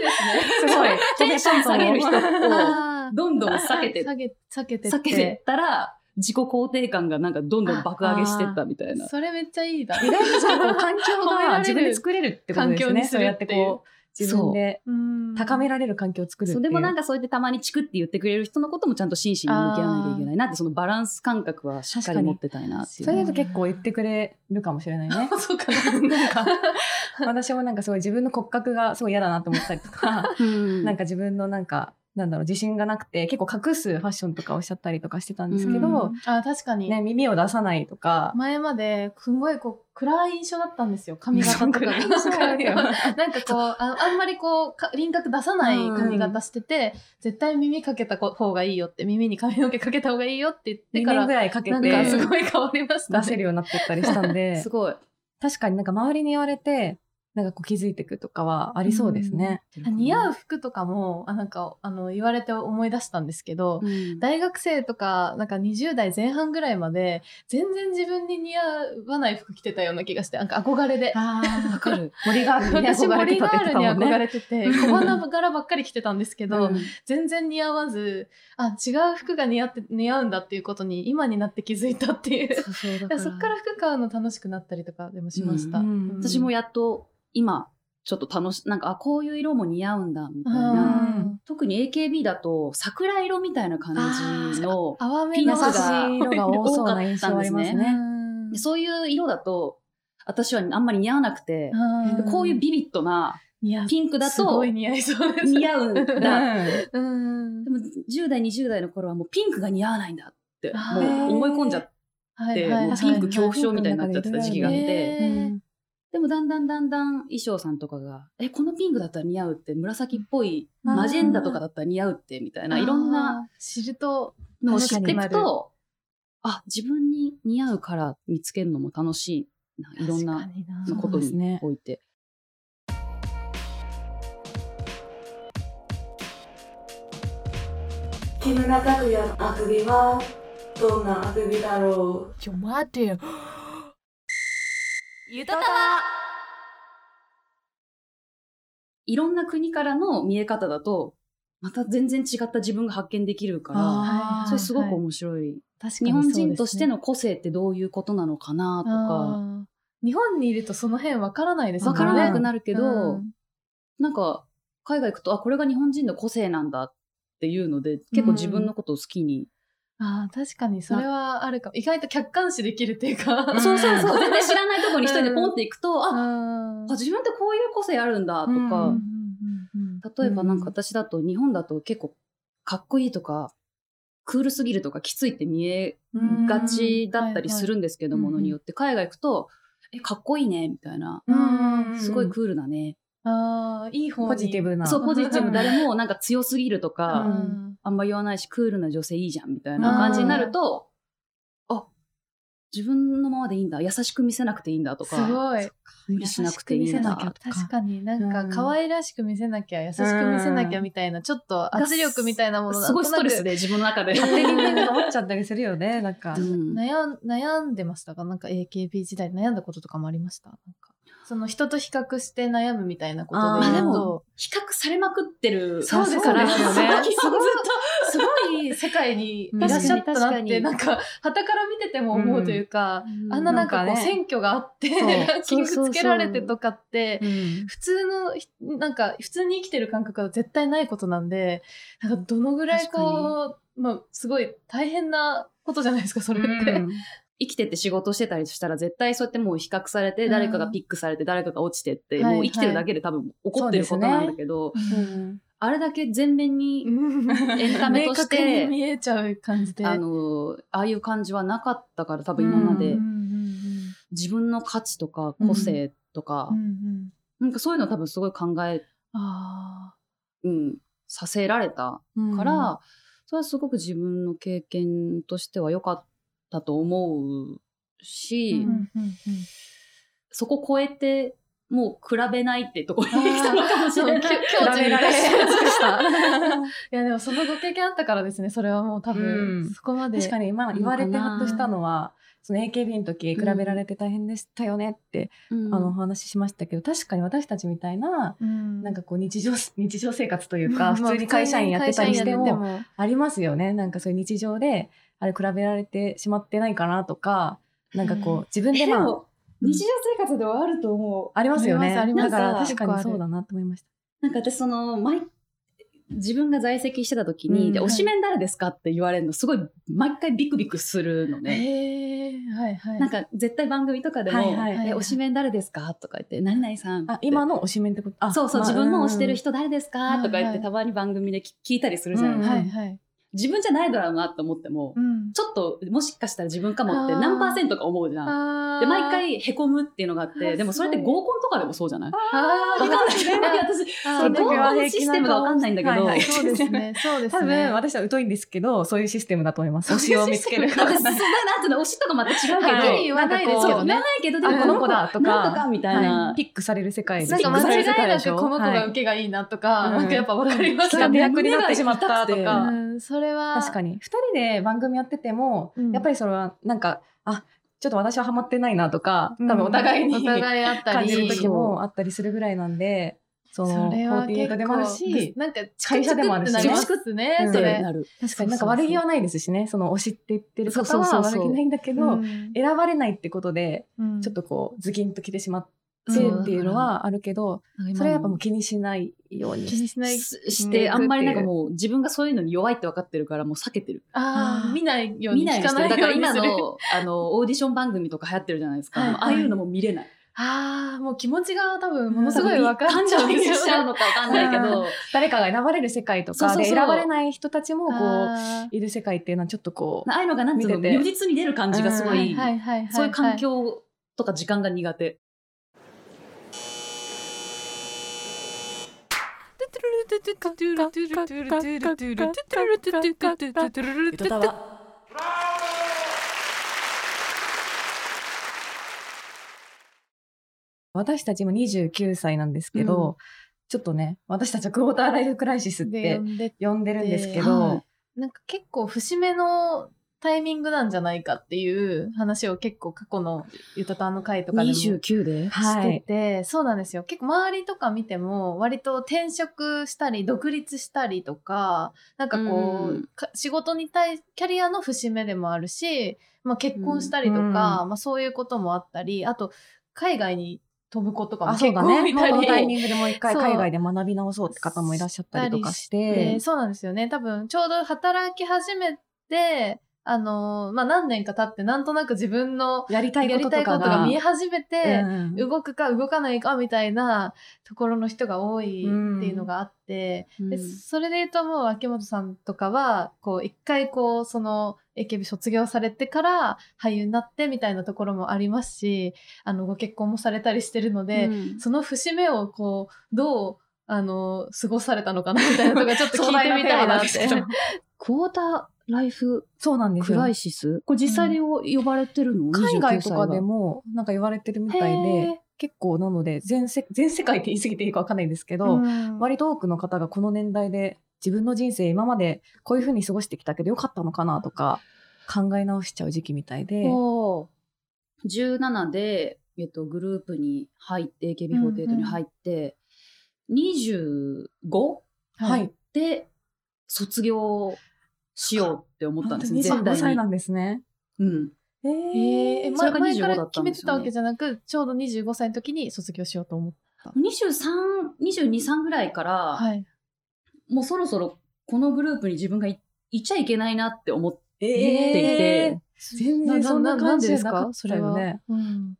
Speaker 2: いですね。
Speaker 1: すごい。
Speaker 5: テンション下げる人を
Speaker 2: あ
Speaker 5: どんどん避けて
Speaker 2: 下げ下げてって
Speaker 5: 避けてったら自己肯定感がなんかどんどん爆上げしてったみたいな。
Speaker 2: それめっちゃいいだ
Speaker 1: 意外とじゃあこう環境
Speaker 2: 褒められる
Speaker 1: が自分で作れるってことですね。
Speaker 2: 環境にす
Speaker 1: そ
Speaker 2: る
Speaker 1: うや
Speaker 2: っ
Speaker 1: って
Speaker 2: いう
Speaker 1: てこう自分で高め
Speaker 2: ら
Speaker 1: られる環境を作るってい
Speaker 5: そ
Speaker 1: うう。
Speaker 5: でもなん
Speaker 1: か
Speaker 5: かそうやってたまにチクって言ってくれる人のこともちゃんと真摯に向き合わなきゃいけないなってそのバランス感覚はしっかり持ってたいなってい
Speaker 1: そうれだと結構言ってくれるかもしれない ね。
Speaker 2: そうか
Speaker 1: なんか 私もなんかすごい自分の骨格がすごい嫌だなと思ったりとか、
Speaker 5: うん
Speaker 1: なんか自分のなんかなんだろう自信がなくて結構隠すファッションとかをしちゃったりとかしてたんですけど、
Speaker 5: うん
Speaker 2: あ確かに、
Speaker 1: ね耳を出さないとか。
Speaker 2: 前まですごいこう暗い印象だったんですよ髪型とか
Speaker 1: そう暗
Speaker 2: が
Speaker 1: い印象だよ
Speaker 2: なんかこうああんまりこうか輪郭出さない髪型してて、絶対耳かけた方がいいよって耳に髪の毛かけた方がいいよって言って
Speaker 1: 2
Speaker 2: か
Speaker 1: 年
Speaker 2: ら
Speaker 1: ぐらいかけ
Speaker 2: なんかす
Speaker 1: て
Speaker 2: ごい変わりました、
Speaker 1: 出せるようになってったりしたん で、
Speaker 5: すごい。
Speaker 1: 確かになんか周りに言われて、なんかこう気づいてくとかはありそうですね。
Speaker 2: あ似合う服とかもあなんかあの言われて思い出したんですけど、
Speaker 5: うん。
Speaker 2: 大学生とかなんか20代前半ぐらいまで全然自分に似合わない服着てたような気がしてなんか憧れで。
Speaker 1: あ
Speaker 5: わか る。
Speaker 1: 森 ガールに
Speaker 2: 私
Speaker 1: 憧
Speaker 2: ボ
Speaker 1: れ
Speaker 2: リ
Speaker 1: てた
Speaker 2: ガ
Speaker 1: って言って
Speaker 2: ール
Speaker 1: た
Speaker 2: に
Speaker 1: もんね
Speaker 2: 憧。れてて小花柄ばっかり着てたんですけど、全然似合わずあ違う服が似合って似合うんだっていうことに今になって気づいたっていう
Speaker 5: そうそうだ
Speaker 2: だからそっから服買うの楽しくなったりとかでもしました、
Speaker 1: うんうん
Speaker 5: 私もやっと今ちょっと楽しなんかあこういう色も似合うんだみたいな。
Speaker 2: うん
Speaker 5: 特に AKB だと桜色みたいな感じの
Speaker 2: 淡め
Speaker 5: ピン
Speaker 2: の
Speaker 5: クが
Speaker 1: 優しい色が多そうな印象ありますね。
Speaker 2: うん
Speaker 5: でそういう色だと私はあんまり似合わなくて、
Speaker 2: うん
Speaker 5: こういうビビッドな
Speaker 2: 似合う
Speaker 5: ピンクだ
Speaker 2: す
Speaker 5: と
Speaker 2: ごい似合いそうです
Speaker 5: 似合うんだ。
Speaker 1: う
Speaker 5: で
Speaker 1: ん
Speaker 2: うん
Speaker 5: も10代20代の頃はもうピンクが似合わないんだって
Speaker 2: あ
Speaker 5: も
Speaker 2: ー
Speaker 5: う思い込んじゃっ
Speaker 2: は
Speaker 5: て、
Speaker 2: いはい
Speaker 5: もう
Speaker 1: 確
Speaker 5: ピ
Speaker 1: かに
Speaker 5: ンク恐怖症みたいになっちゃってた時期があって、
Speaker 2: ね
Speaker 1: うん
Speaker 5: でもだんだんだんだん衣装さんとかが「えこのピンクだったら似合う」って紫っぽい
Speaker 1: あー
Speaker 5: マジェンダとかだったら似合うってみたいないろんな
Speaker 2: あー知ると
Speaker 5: のを知っていく
Speaker 2: 確かに
Speaker 5: とあ自分に似合うから見つけるのも楽しいないろんなのこと
Speaker 1: そうです
Speaker 5: に
Speaker 1: ね
Speaker 5: おいて。
Speaker 7: 木村拓哉のあくびはどんなあくびだろう
Speaker 6: ちょ待ってよ。ゆとたわ
Speaker 5: いろんな国からの見え方だとまた全然違った自分が発見できるから
Speaker 2: あー
Speaker 5: それすごく
Speaker 2: はい
Speaker 5: 面白い、
Speaker 2: 確かに
Speaker 5: 日
Speaker 2: そうです
Speaker 5: 本
Speaker 2: ね
Speaker 5: 人としての個性ってどういうことなのかなとか
Speaker 2: あー日本にいるとその辺わからないですも
Speaker 5: わ
Speaker 2: んね
Speaker 5: からなくなるけど、
Speaker 2: うん
Speaker 5: なんか海外行くとあこれが日本人の個性なんだっていうので結構自分のことを好きに、
Speaker 2: あー確かにそれはあるかも意外と客観視できるっていうか、
Speaker 1: ん
Speaker 5: そうそ うそう全然知らないとこに一人でポンって行くと、あ
Speaker 2: あ
Speaker 5: あ自分ってこういう個性あるんだとか、
Speaker 1: うん
Speaker 5: 例えばなんか私だと日本だと結構かっこいいとかクールすぎるとかきついって見え
Speaker 2: うん
Speaker 5: がちだったりするんですけど、
Speaker 2: うんはいはい
Speaker 5: ものによって、海外行くと、え、かっこいいね、みたいな。
Speaker 2: うん
Speaker 5: すごいクールだね。
Speaker 2: ああ、いい方に
Speaker 1: ポジティブな。
Speaker 5: そう、ポジティ
Speaker 2: う
Speaker 5: ブ。
Speaker 2: ん
Speaker 5: 誰もなんか強すぎるとか、
Speaker 1: うん
Speaker 5: あんま言わないし、クールな女性いいじゃん、みたいな感じになると、あ、自分のままでいいんだ。優しく見せなくていいんだと
Speaker 2: す
Speaker 5: か、
Speaker 2: ごい。
Speaker 5: 無理しなくていいん
Speaker 1: 優しく見せなき
Speaker 5: だ
Speaker 1: ゃ。
Speaker 2: 確かになんか
Speaker 1: うん
Speaker 2: 可愛らしく見せなきゃ、優しく見せなきゃみたいな、ちょっと圧力みたいなもの
Speaker 5: すごいストレスで、自分の中で。
Speaker 1: 勝手にねなんか思っちゃったりするよね、なんか。
Speaker 5: うん
Speaker 2: 悩ん悩んでましたかなんか AKB 時代悩んだこととかもありましたなんかその人と比較して悩むみたいなことで
Speaker 5: あー
Speaker 2: 言う
Speaker 5: でも
Speaker 2: と
Speaker 5: 比較されまくってる
Speaker 2: そうですよね
Speaker 5: から、
Speaker 2: そうです
Speaker 5: そ
Speaker 2: よね
Speaker 5: の基本ずっと
Speaker 2: すごい世界にいらっしゃった
Speaker 5: 確
Speaker 2: な
Speaker 5: か
Speaker 2: っ
Speaker 5: に
Speaker 2: て
Speaker 5: 確かに
Speaker 2: なんか傍から見てても思うというか、あんななんかこ
Speaker 1: なん
Speaker 2: う
Speaker 1: かね
Speaker 2: 選挙があって、
Speaker 1: そう
Speaker 2: ランキン グつけられてとかって
Speaker 1: うん
Speaker 2: 普通のひなんか普通に生きてる感覚は絶対ないことなんでなんかどのぐらいこう、まあ、すごい大変なことじゃないですかそれって。
Speaker 5: 生きてて仕事してたりしたら絶対そうやってもう比較されて、
Speaker 2: うん
Speaker 5: 誰かがピックされて誰かが落ちてって、
Speaker 2: はい
Speaker 5: もう生きてるだけで多分怒ってることなんだけど、
Speaker 1: うん
Speaker 5: あれだけ全面に エンタメ
Speaker 2: 明
Speaker 5: とし
Speaker 2: 確に
Speaker 5: て、
Speaker 2: 見えちゃう感じで。
Speaker 5: あの、ああいう感じはなかったから多分今ま
Speaker 2: う
Speaker 5: で
Speaker 2: んうん
Speaker 5: 自分の価値とか個性とか、
Speaker 2: うんうんうん
Speaker 5: なんかそういうの多分すごい考え、
Speaker 2: あ
Speaker 5: うん、させられたから、それはすごく自分の経験としては良かったと思うし、
Speaker 2: ーうんうんうん
Speaker 5: そこ超えて、もう比べないってところに来たのかもし
Speaker 2: そう
Speaker 5: れな
Speaker 2: 今
Speaker 5: い。
Speaker 2: 日今日
Speaker 5: 比べられ
Speaker 2: 中
Speaker 5: 尽くした。
Speaker 2: いやでもそのご経験あったからですねそれはもう多
Speaker 1: う
Speaker 2: 分
Speaker 1: ん
Speaker 2: そこまで
Speaker 1: 確かに今言われてハッとしたのは、その AKB の時比べられて大変でしたよねって、あのお話ししましたけど、確かに私たちみたいな、
Speaker 2: うん
Speaker 1: なんかこう日常、日常生活という
Speaker 2: まあ
Speaker 1: か、普通に会社員やってたりして
Speaker 2: 会社員
Speaker 1: も、
Speaker 2: やってて
Speaker 1: ありますよね。なんかそういう日常で、あれ比べられてしまってないかなとか、なんかこう自分でまあ、
Speaker 5: 日常生活ではあると思
Speaker 1: ありますよね。
Speaker 2: ありますあります
Speaker 1: だから
Speaker 2: なんか
Speaker 1: 確かにそうだなと思いました。
Speaker 5: う。なんか私その、毎、自分が在籍してた時に、
Speaker 1: うん
Speaker 5: で、
Speaker 1: は
Speaker 5: 推
Speaker 1: い
Speaker 5: しメン誰ですかって言われるの、すごい、毎回ビクビクするのね。
Speaker 2: へえはいはい
Speaker 5: なんか、絶対番組とかでも、
Speaker 1: はいはい
Speaker 2: はい
Speaker 5: え、推しメン誰ですかとか言って、何々さんって。
Speaker 1: あ、今の推しメンってことあ
Speaker 5: そうそう、
Speaker 1: まあ
Speaker 5: 自分の推して
Speaker 1: う
Speaker 5: る
Speaker 1: ん
Speaker 5: 人誰です
Speaker 2: はい
Speaker 5: かとか言っ
Speaker 2: は
Speaker 5: て、
Speaker 2: い
Speaker 5: たまに番組で聞聞いたりするじゃないですか。
Speaker 2: はいはい
Speaker 5: 自分じゃないだろうなと思っても、
Speaker 2: うん
Speaker 5: ちょっともしかしたら自分かもって
Speaker 2: あー
Speaker 5: 何パーセントか思うじゃん。
Speaker 2: あー
Speaker 5: で毎回へこむっていうのがあっ
Speaker 2: あー
Speaker 5: てでもそれって
Speaker 2: す
Speaker 5: 合
Speaker 2: ご
Speaker 5: コンとかでもそうじゃない
Speaker 2: あー
Speaker 5: わかんない全然私
Speaker 2: あー
Speaker 5: そ
Speaker 1: そうの時
Speaker 5: 合
Speaker 1: は
Speaker 5: コン
Speaker 1: 平
Speaker 5: シ
Speaker 1: 気
Speaker 5: ス
Speaker 1: な
Speaker 5: テムがわかんないんだけど、
Speaker 1: はいはい
Speaker 2: そうですねそうですね
Speaker 1: 多分私は疎いんですけど、そういうシステムだと思います。推しを見つける
Speaker 5: そういうシステムなんかなんていうの推しとかまた違うけど、
Speaker 1: は
Speaker 2: はっきり言わないですけ
Speaker 5: そう
Speaker 2: ど
Speaker 5: 言
Speaker 2: ね
Speaker 5: わないけどで
Speaker 1: あ、
Speaker 5: も
Speaker 1: この子だと
Speaker 5: なん
Speaker 1: か、
Speaker 5: とかみたいな、
Speaker 1: はいピックされる世界
Speaker 2: なんか
Speaker 5: ピックさ
Speaker 2: 間
Speaker 5: れる
Speaker 2: 違いなくこの子が受けがいいなとか、
Speaker 1: はい
Speaker 2: なんかやっぱ分かりま
Speaker 1: が
Speaker 2: す
Speaker 1: そ
Speaker 2: よ
Speaker 1: れ
Speaker 2: ね。
Speaker 1: 役になってしまったと
Speaker 5: が
Speaker 1: か
Speaker 2: う。ん、それは
Speaker 1: 確かに2人で番組やってても、
Speaker 2: うん
Speaker 1: やっぱりそれはなんかあちょっと私はハマってないなとか多分お互いに、
Speaker 2: お互いあった
Speaker 1: 感
Speaker 2: り
Speaker 1: じる時もあったりするぐらいなんでその48でもあるし
Speaker 2: なんかチクチク
Speaker 1: 会社でもあるし
Speaker 2: ってなりますね、
Speaker 1: うん
Speaker 2: そ
Speaker 5: って
Speaker 2: れ。
Speaker 5: なる
Speaker 1: 確かになんか悪気はないですしねその推しって言ってる
Speaker 5: そ
Speaker 1: 方
Speaker 5: うそう
Speaker 1: は
Speaker 5: そう
Speaker 1: 悪
Speaker 5: そう
Speaker 1: 気ないんだけど、
Speaker 2: うん
Speaker 1: 選ばれないってことでちょっとこうズキンと来てしまってっていうのはあるけど、それはやっぱもう気にしないように
Speaker 2: 気にしない。
Speaker 5: ししてあんまりなんかもう自分がそういうのに弱いって分かってるからもう避けてる
Speaker 2: ああ、見ないよう
Speaker 5: 見
Speaker 2: に
Speaker 5: ない
Speaker 2: 聞
Speaker 5: よう
Speaker 2: かな
Speaker 5: にしてる
Speaker 2: い
Speaker 5: だから
Speaker 2: ように
Speaker 5: 今
Speaker 2: する。
Speaker 5: のあのオーディション番組とか流行ってるじゃないですか、
Speaker 2: はいはい
Speaker 5: ああいうのも見れない
Speaker 2: ああ、もう気持ちが多分ものすごい分かっちゃうん
Speaker 5: 感情移
Speaker 2: で
Speaker 5: 入
Speaker 2: すよ
Speaker 5: しちゃうのかわかんないけど、
Speaker 1: 誰かが選ばれる世界と
Speaker 5: そう
Speaker 1: か
Speaker 5: そうそう
Speaker 1: で選ばれない人たちもこ
Speaker 2: あー
Speaker 1: ういる世界っていうのはちょっとこう
Speaker 5: ああいうのがなんていうの
Speaker 1: 見てて
Speaker 5: 如実に出る感じがすご、
Speaker 2: はいいはいはいはい。
Speaker 5: そういう環境とか時間が苦手。
Speaker 6: ゆとたわ
Speaker 1: 私たち今29歳なんですけど、ちょっとね私たちはクォーターライフクライシスって
Speaker 2: で呼んで
Speaker 1: 呼んでるんですけど、
Speaker 5: はい
Speaker 2: なんか結構節目のタイミングなんじゃないかっていう話を結構過去のゆたたんの回とかでもして
Speaker 5: 九で。
Speaker 1: はい
Speaker 2: て、そうなんですよ結構周りとか見ても割と転職したり独立したりとかなんかこう、
Speaker 5: うん
Speaker 2: か仕事に対キャリアの節目でもあるし、まあ、結婚したりとか、
Speaker 1: うん
Speaker 2: まあ、そういうこともあったりあと海外に飛ぶ子とかも
Speaker 1: あ
Speaker 2: 結
Speaker 1: そうだね
Speaker 2: 構見
Speaker 1: も
Speaker 2: た
Speaker 1: うこ
Speaker 2: り、
Speaker 1: のタイミングでもう一回
Speaker 2: そう
Speaker 1: 海外で学び直そうって方もいらっしゃったりとかして
Speaker 2: でそうなんですよね多分ちょうど働き始めてあのーまあ、何年か経ってなんとなく自分の
Speaker 1: やりた
Speaker 2: や
Speaker 1: いこ
Speaker 2: り
Speaker 1: と
Speaker 2: たい
Speaker 1: と
Speaker 2: こ
Speaker 1: か
Speaker 2: とが
Speaker 1: が
Speaker 2: 見え始めて、
Speaker 1: うん
Speaker 2: 動くか動かないかみたいなところの人が多いっていうのがあって、でそれで言うともう秋元さんとかはこう一回こうその AKB 卒業されてから俳優になってみたいなところもありますしあのご結婚もされたりしてるので、
Speaker 5: うん
Speaker 2: その節目をこうどうあの過ごされたのかな みたいなとかちょっと聞いてみたいな
Speaker 1: 壮大な
Speaker 2: っ
Speaker 1: テ
Speaker 2: て
Speaker 1: ーマなん。
Speaker 5: クォーターライフ
Speaker 1: そうなんです
Speaker 5: ク
Speaker 1: よ
Speaker 5: ライシスこれ実際に呼ばれてるの、
Speaker 1: 海外とかで
Speaker 5: も
Speaker 1: もなんか言われてるみたい
Speaker 2: へー
Speaker 1: で結構なので全世全世界って言い過ぎていいかわかんないんですけど、
Speaker 2: うん
Speaker 1: 割と多くの方がこの年代で自分の人生今までこういうふうに過ごしてきたけどよかったのかなとか考え直しちゃう時期みたいで、
Speaker 5: おー17で、えっと、グループに入って AKB48 に入って、25
Speaker 1: はい
Speaker 5: で卒業しようって思ったんですね
Speaker 1: 25
Speaker 5: 絶対
Speaker 1: 歳
Speaker 5: に
Speaker 1: なんですね。
Speaker 5: うん、
Speaker 1: え
Speaker 2: えー、
Speaker 5: そ
Speaker 2: 前
Speaker 5: れが
Speaker 2: 前
Speaker 5: 25
Speaker 2: から
Speaker 5: だった
Speaker 2: 決
Speaker 5: ん
Speaker 2: め
Speaker 5: で
Speaker 2: て
Speaker 5: す
Speaker 2: た
Speaker 5: よね
Speaker 2: わけじゃなくちょうど25歳の時に卒業しようと思って。
Speaker 5: 2323ぐらいから、
Speaker 2: はい
Speaker 5: もうそろそろこのグループに自分がいいちゃいけないなって思って
Speaker 1: え
Speaker 5: いて、
Speaker 1: 全然そんな感じじゃなか
Speaker 2: か
Speaker 1: ったよね。
Speaker 2: うん。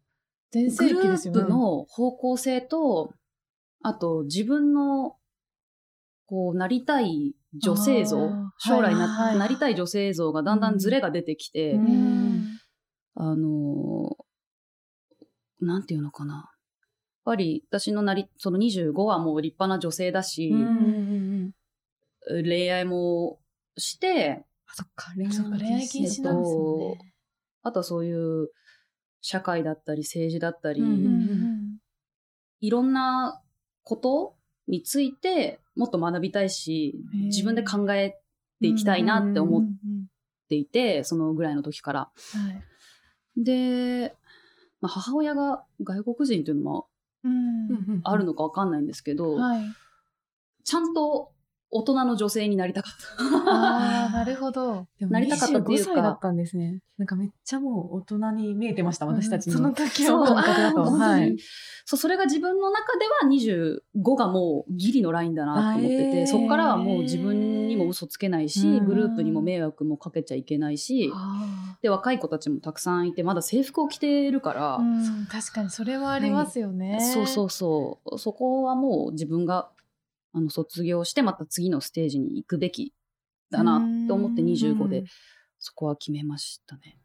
Speaker 2: 全
Speaker 5: グ
Speaker 2: 盛
Speaker 5: ル
Speaker 2: 期です
Speaker 5: ー
Speaker 2: よ
Speaker 5: プ
Speaker 2: ね。
Speaker 5: の方向性とあと自分のこうなりたい女性像
Speaker 2: あー
Speaker 5: 将来
Speaker 2: はい
Speaker 5: な,、
Speaker 2: はいはい
Speaker 5: なりたい女性像がだんだんズレが出てきて、
Speaker 2: うん
Speaker 5: あのーなんていうのかな。やっぱり私のなり、その25はもう立派な女性だし、
Speaker 1: ん、
Speaker 5: 恋愛もして、
Speaker 1: あそっか恋愛
Speaker 2: そうか恋愛禁止なんですよね。
Speaker 5: あとはそういう社会だったり政治だったり、
Speaker 1: うんうん
Speaker 5: いろんなことについてもっと学びたいし、
Speaker 2: へー
Speaker 5: 自分で考えていきたいなって思っていて、そのぐらいの時から。
Speaker 2: はい
Speaker 5: で、まあ、母親が外国人というのも
Speaker 2: うん
Speaker 5: あるのかわかんないんですけど、
Speaker 2: はい。
Speaker 5: ちゃんと大人の女性になりたかった。
Speaker 2: ああ、なるほど。
Speaker 1: でも
Speaker 5: なりたかったっていうか
Speaker 1: 25歳だったんですね。なんかめっちゃもう大人に見えてました、 私たち
Speaker 2: その
Speaker 1: の
Speaker 2: 時
Speaker 1: 感
Speaker 2: を。
Speaker 1: 覚だと。
Speaker 5: 本当に
Speaker 1: はい。
Speaker 5: そうそれが自分の中では25がもうギリのラインだなと思って
Speaker 1: あへ
Speaker 5: て
Speaker 1: ー
Speaker 5: そこからはもう自分にも嘘つけないし、
Speaker 1: うん
Speaker 5: グループにも迷惑もかけちゃいけないし
Speaker 2: あ
Speaker 5: で若い子たちもたくさんいてまだ制服を着てるから
Speaker 2: ー、うん確かにそれはありますよね。
Speaker 5: そうそうそうそこはもう自分があの卒業してまた次のステージに行くべきだなと思って25でそこは決めましたね。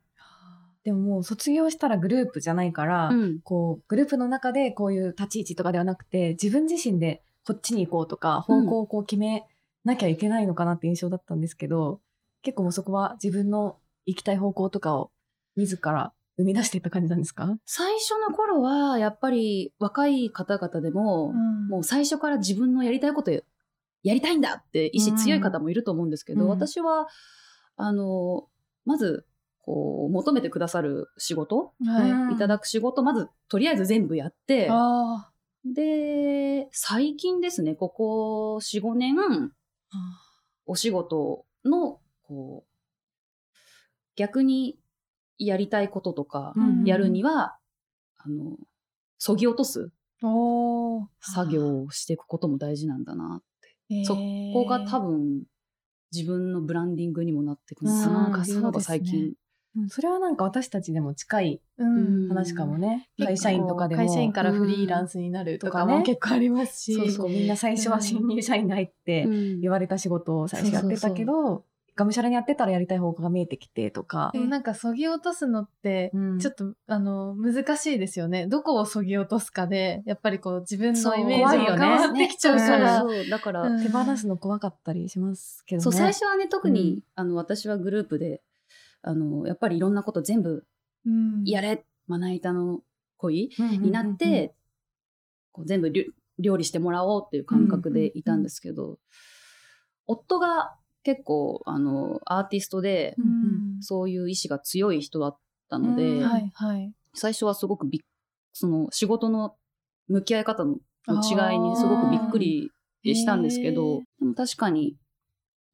Speaker 1: でももう卒業したらグループじゃないから、
Speaker 5: うん
Speaker 1: こう、グループの中でこういう立ち位置とかではなくて、自分自身でこっちに行こうとか、方向をこう決めなきゃいけないのかなって印象だったんですけど、結構もうそこは自分の行きたい方向とかを自ら生み出していった感じなんですか
Speaker 5: 最初の頃はやっぱり若い方々でも、
Speaker 2: ん。
Speaker 5: もう最初から自分のやりたいことやりたいんだって意志強い方もいると思うんですけど、
Speaker 1: うん
Speaker 5: 私はあのまずこう求めてくださる仕事、
Speaker 2: はい。
Speaker 5: いただく仕事まずとりあえず全部やって
Speaker 2: あ
Speaker 5: で最近ですねここ45年お仕事のこう逆にやりたいこととか
Speaker 2: あ。
Speaker 5: やるには、あのそぎ落とす
Speaker 2: おお。
Speaker 5: 作業をしていくことも大事なんだなそここが多分自分のブランディングにもなってくるのか
Speaker 1: うん
Speaker 5: なっていうの
Speaker 2: そう
Speaker 5: が
Speaker 2: ですね
Speaker 5: 最近。
Speaker 1: うんそれはなんか私たちでも近い
Speaker 2: 分
Speaker 1: 話かもね。会社員とかでも。
Speaker 2: 会社員からフリーランスになるとか
Speaker 1: うんとか
Speaker 2: も
Speaker 1: ね
Speaker 2: 結構ありますし。
Speaker 1: そうそうみんな最初は新入社員に入って
Speaker 5: うん
Speaker 1: 言われた仕事を最初やってたけど、がむしゃらにやってたらやりたい方向が見えてきてとか
Speaker 2: で、もなんかそぎ落とすのって、
Speaker 1: うん
Speaker 2: ちょっとあの難しいですよねどこをそぎ落とすかでやっぱりこう自分のイメージ
Speaker 1: 怖いよ
Speaker 2: が
Speaker 1: ね
Speaker 2: 変わってきちゃうから、
Speaker 5: そうそうそうだから、
Speaker 2: うん
Speaker 1: 手放すの怖かったりしますけどね。
Speaker 5: そう最初はね特に、
Speaker 1: うん
Speaker 5: あの私はグループであのやっぱりいろんなこと全部
Speaker 2: うん
Speaker 5: やれまな板の恋
Speaker 1: に
Speaker 5: になって、こう全部りゅ料理してもらおうっていう感覚でいたんですけど、夫が結構あのアーティストで、
Speaker 2: うん
Speaker 5: そういう意志が強い人だったので、
Speaker 1: うん
Speaker 2: はいはい
Speaker 5: 最初はすごくびっその仕事の向き合い方のの違いにすごくびっくりしたんです
Speaker 2: あ
Speaker 5: け
Speaker 2: ーへ
Speaker 5: ど
Speaker 2: ー
Speaker 5: でも確かに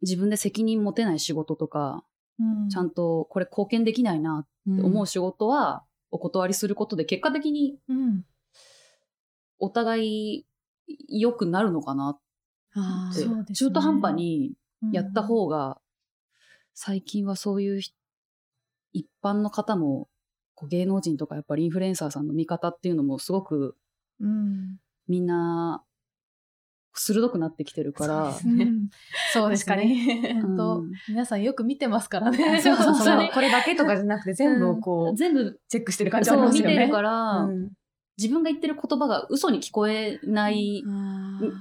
Speaker 5: 自分で責任持てない仕事とかちゃんとこれ貢献できないなって思う仕事はお断りすることで結果的に
Speaker 2: うん
Speaker 5: お互い良くなるのかな
Speaker 1: あ
Speaker 5: っ
Speaker 1: ー
Speaker 5: て、
Speaker 2: そうですね
Speaker 5: 中途半端にやった
Speaker 2: が
Speaker 5: 方が最近はそういうひ一般の方もこう芸能人とかやっぱりインフルエンサーさんの見方っていうのもすごく
Speaker 2: うん。
Speaker 5: みんな鋭くなってきてるから。
Speaker 2: うんそうです
Speaker 1: 確か
Speaker 2: ね。
Speaker 1: に。
Speaker 2: 本当
Speaker 5: うん
Speaker 2: 皆さんよく見てますから ね。
Speaker 1: そうそう
Speaker 5: 本
Speaker 1: そ
Speaker 5: 当
Speaker 1: う
Speaker 5: に。
Speaker 1: これだけとかじゃなくて全部をこう、
Speaker 5: 全部
Speaker 1: チェックしてる感じあり
Speaker 5: そう
Speaker 1: ます
Speaker 5: 見
Speaker 1: よね。
Speaker 5: てるから、
Speaker 1: うん
Speaker 5: 自分が言ってる言葉が嘘に聞こえない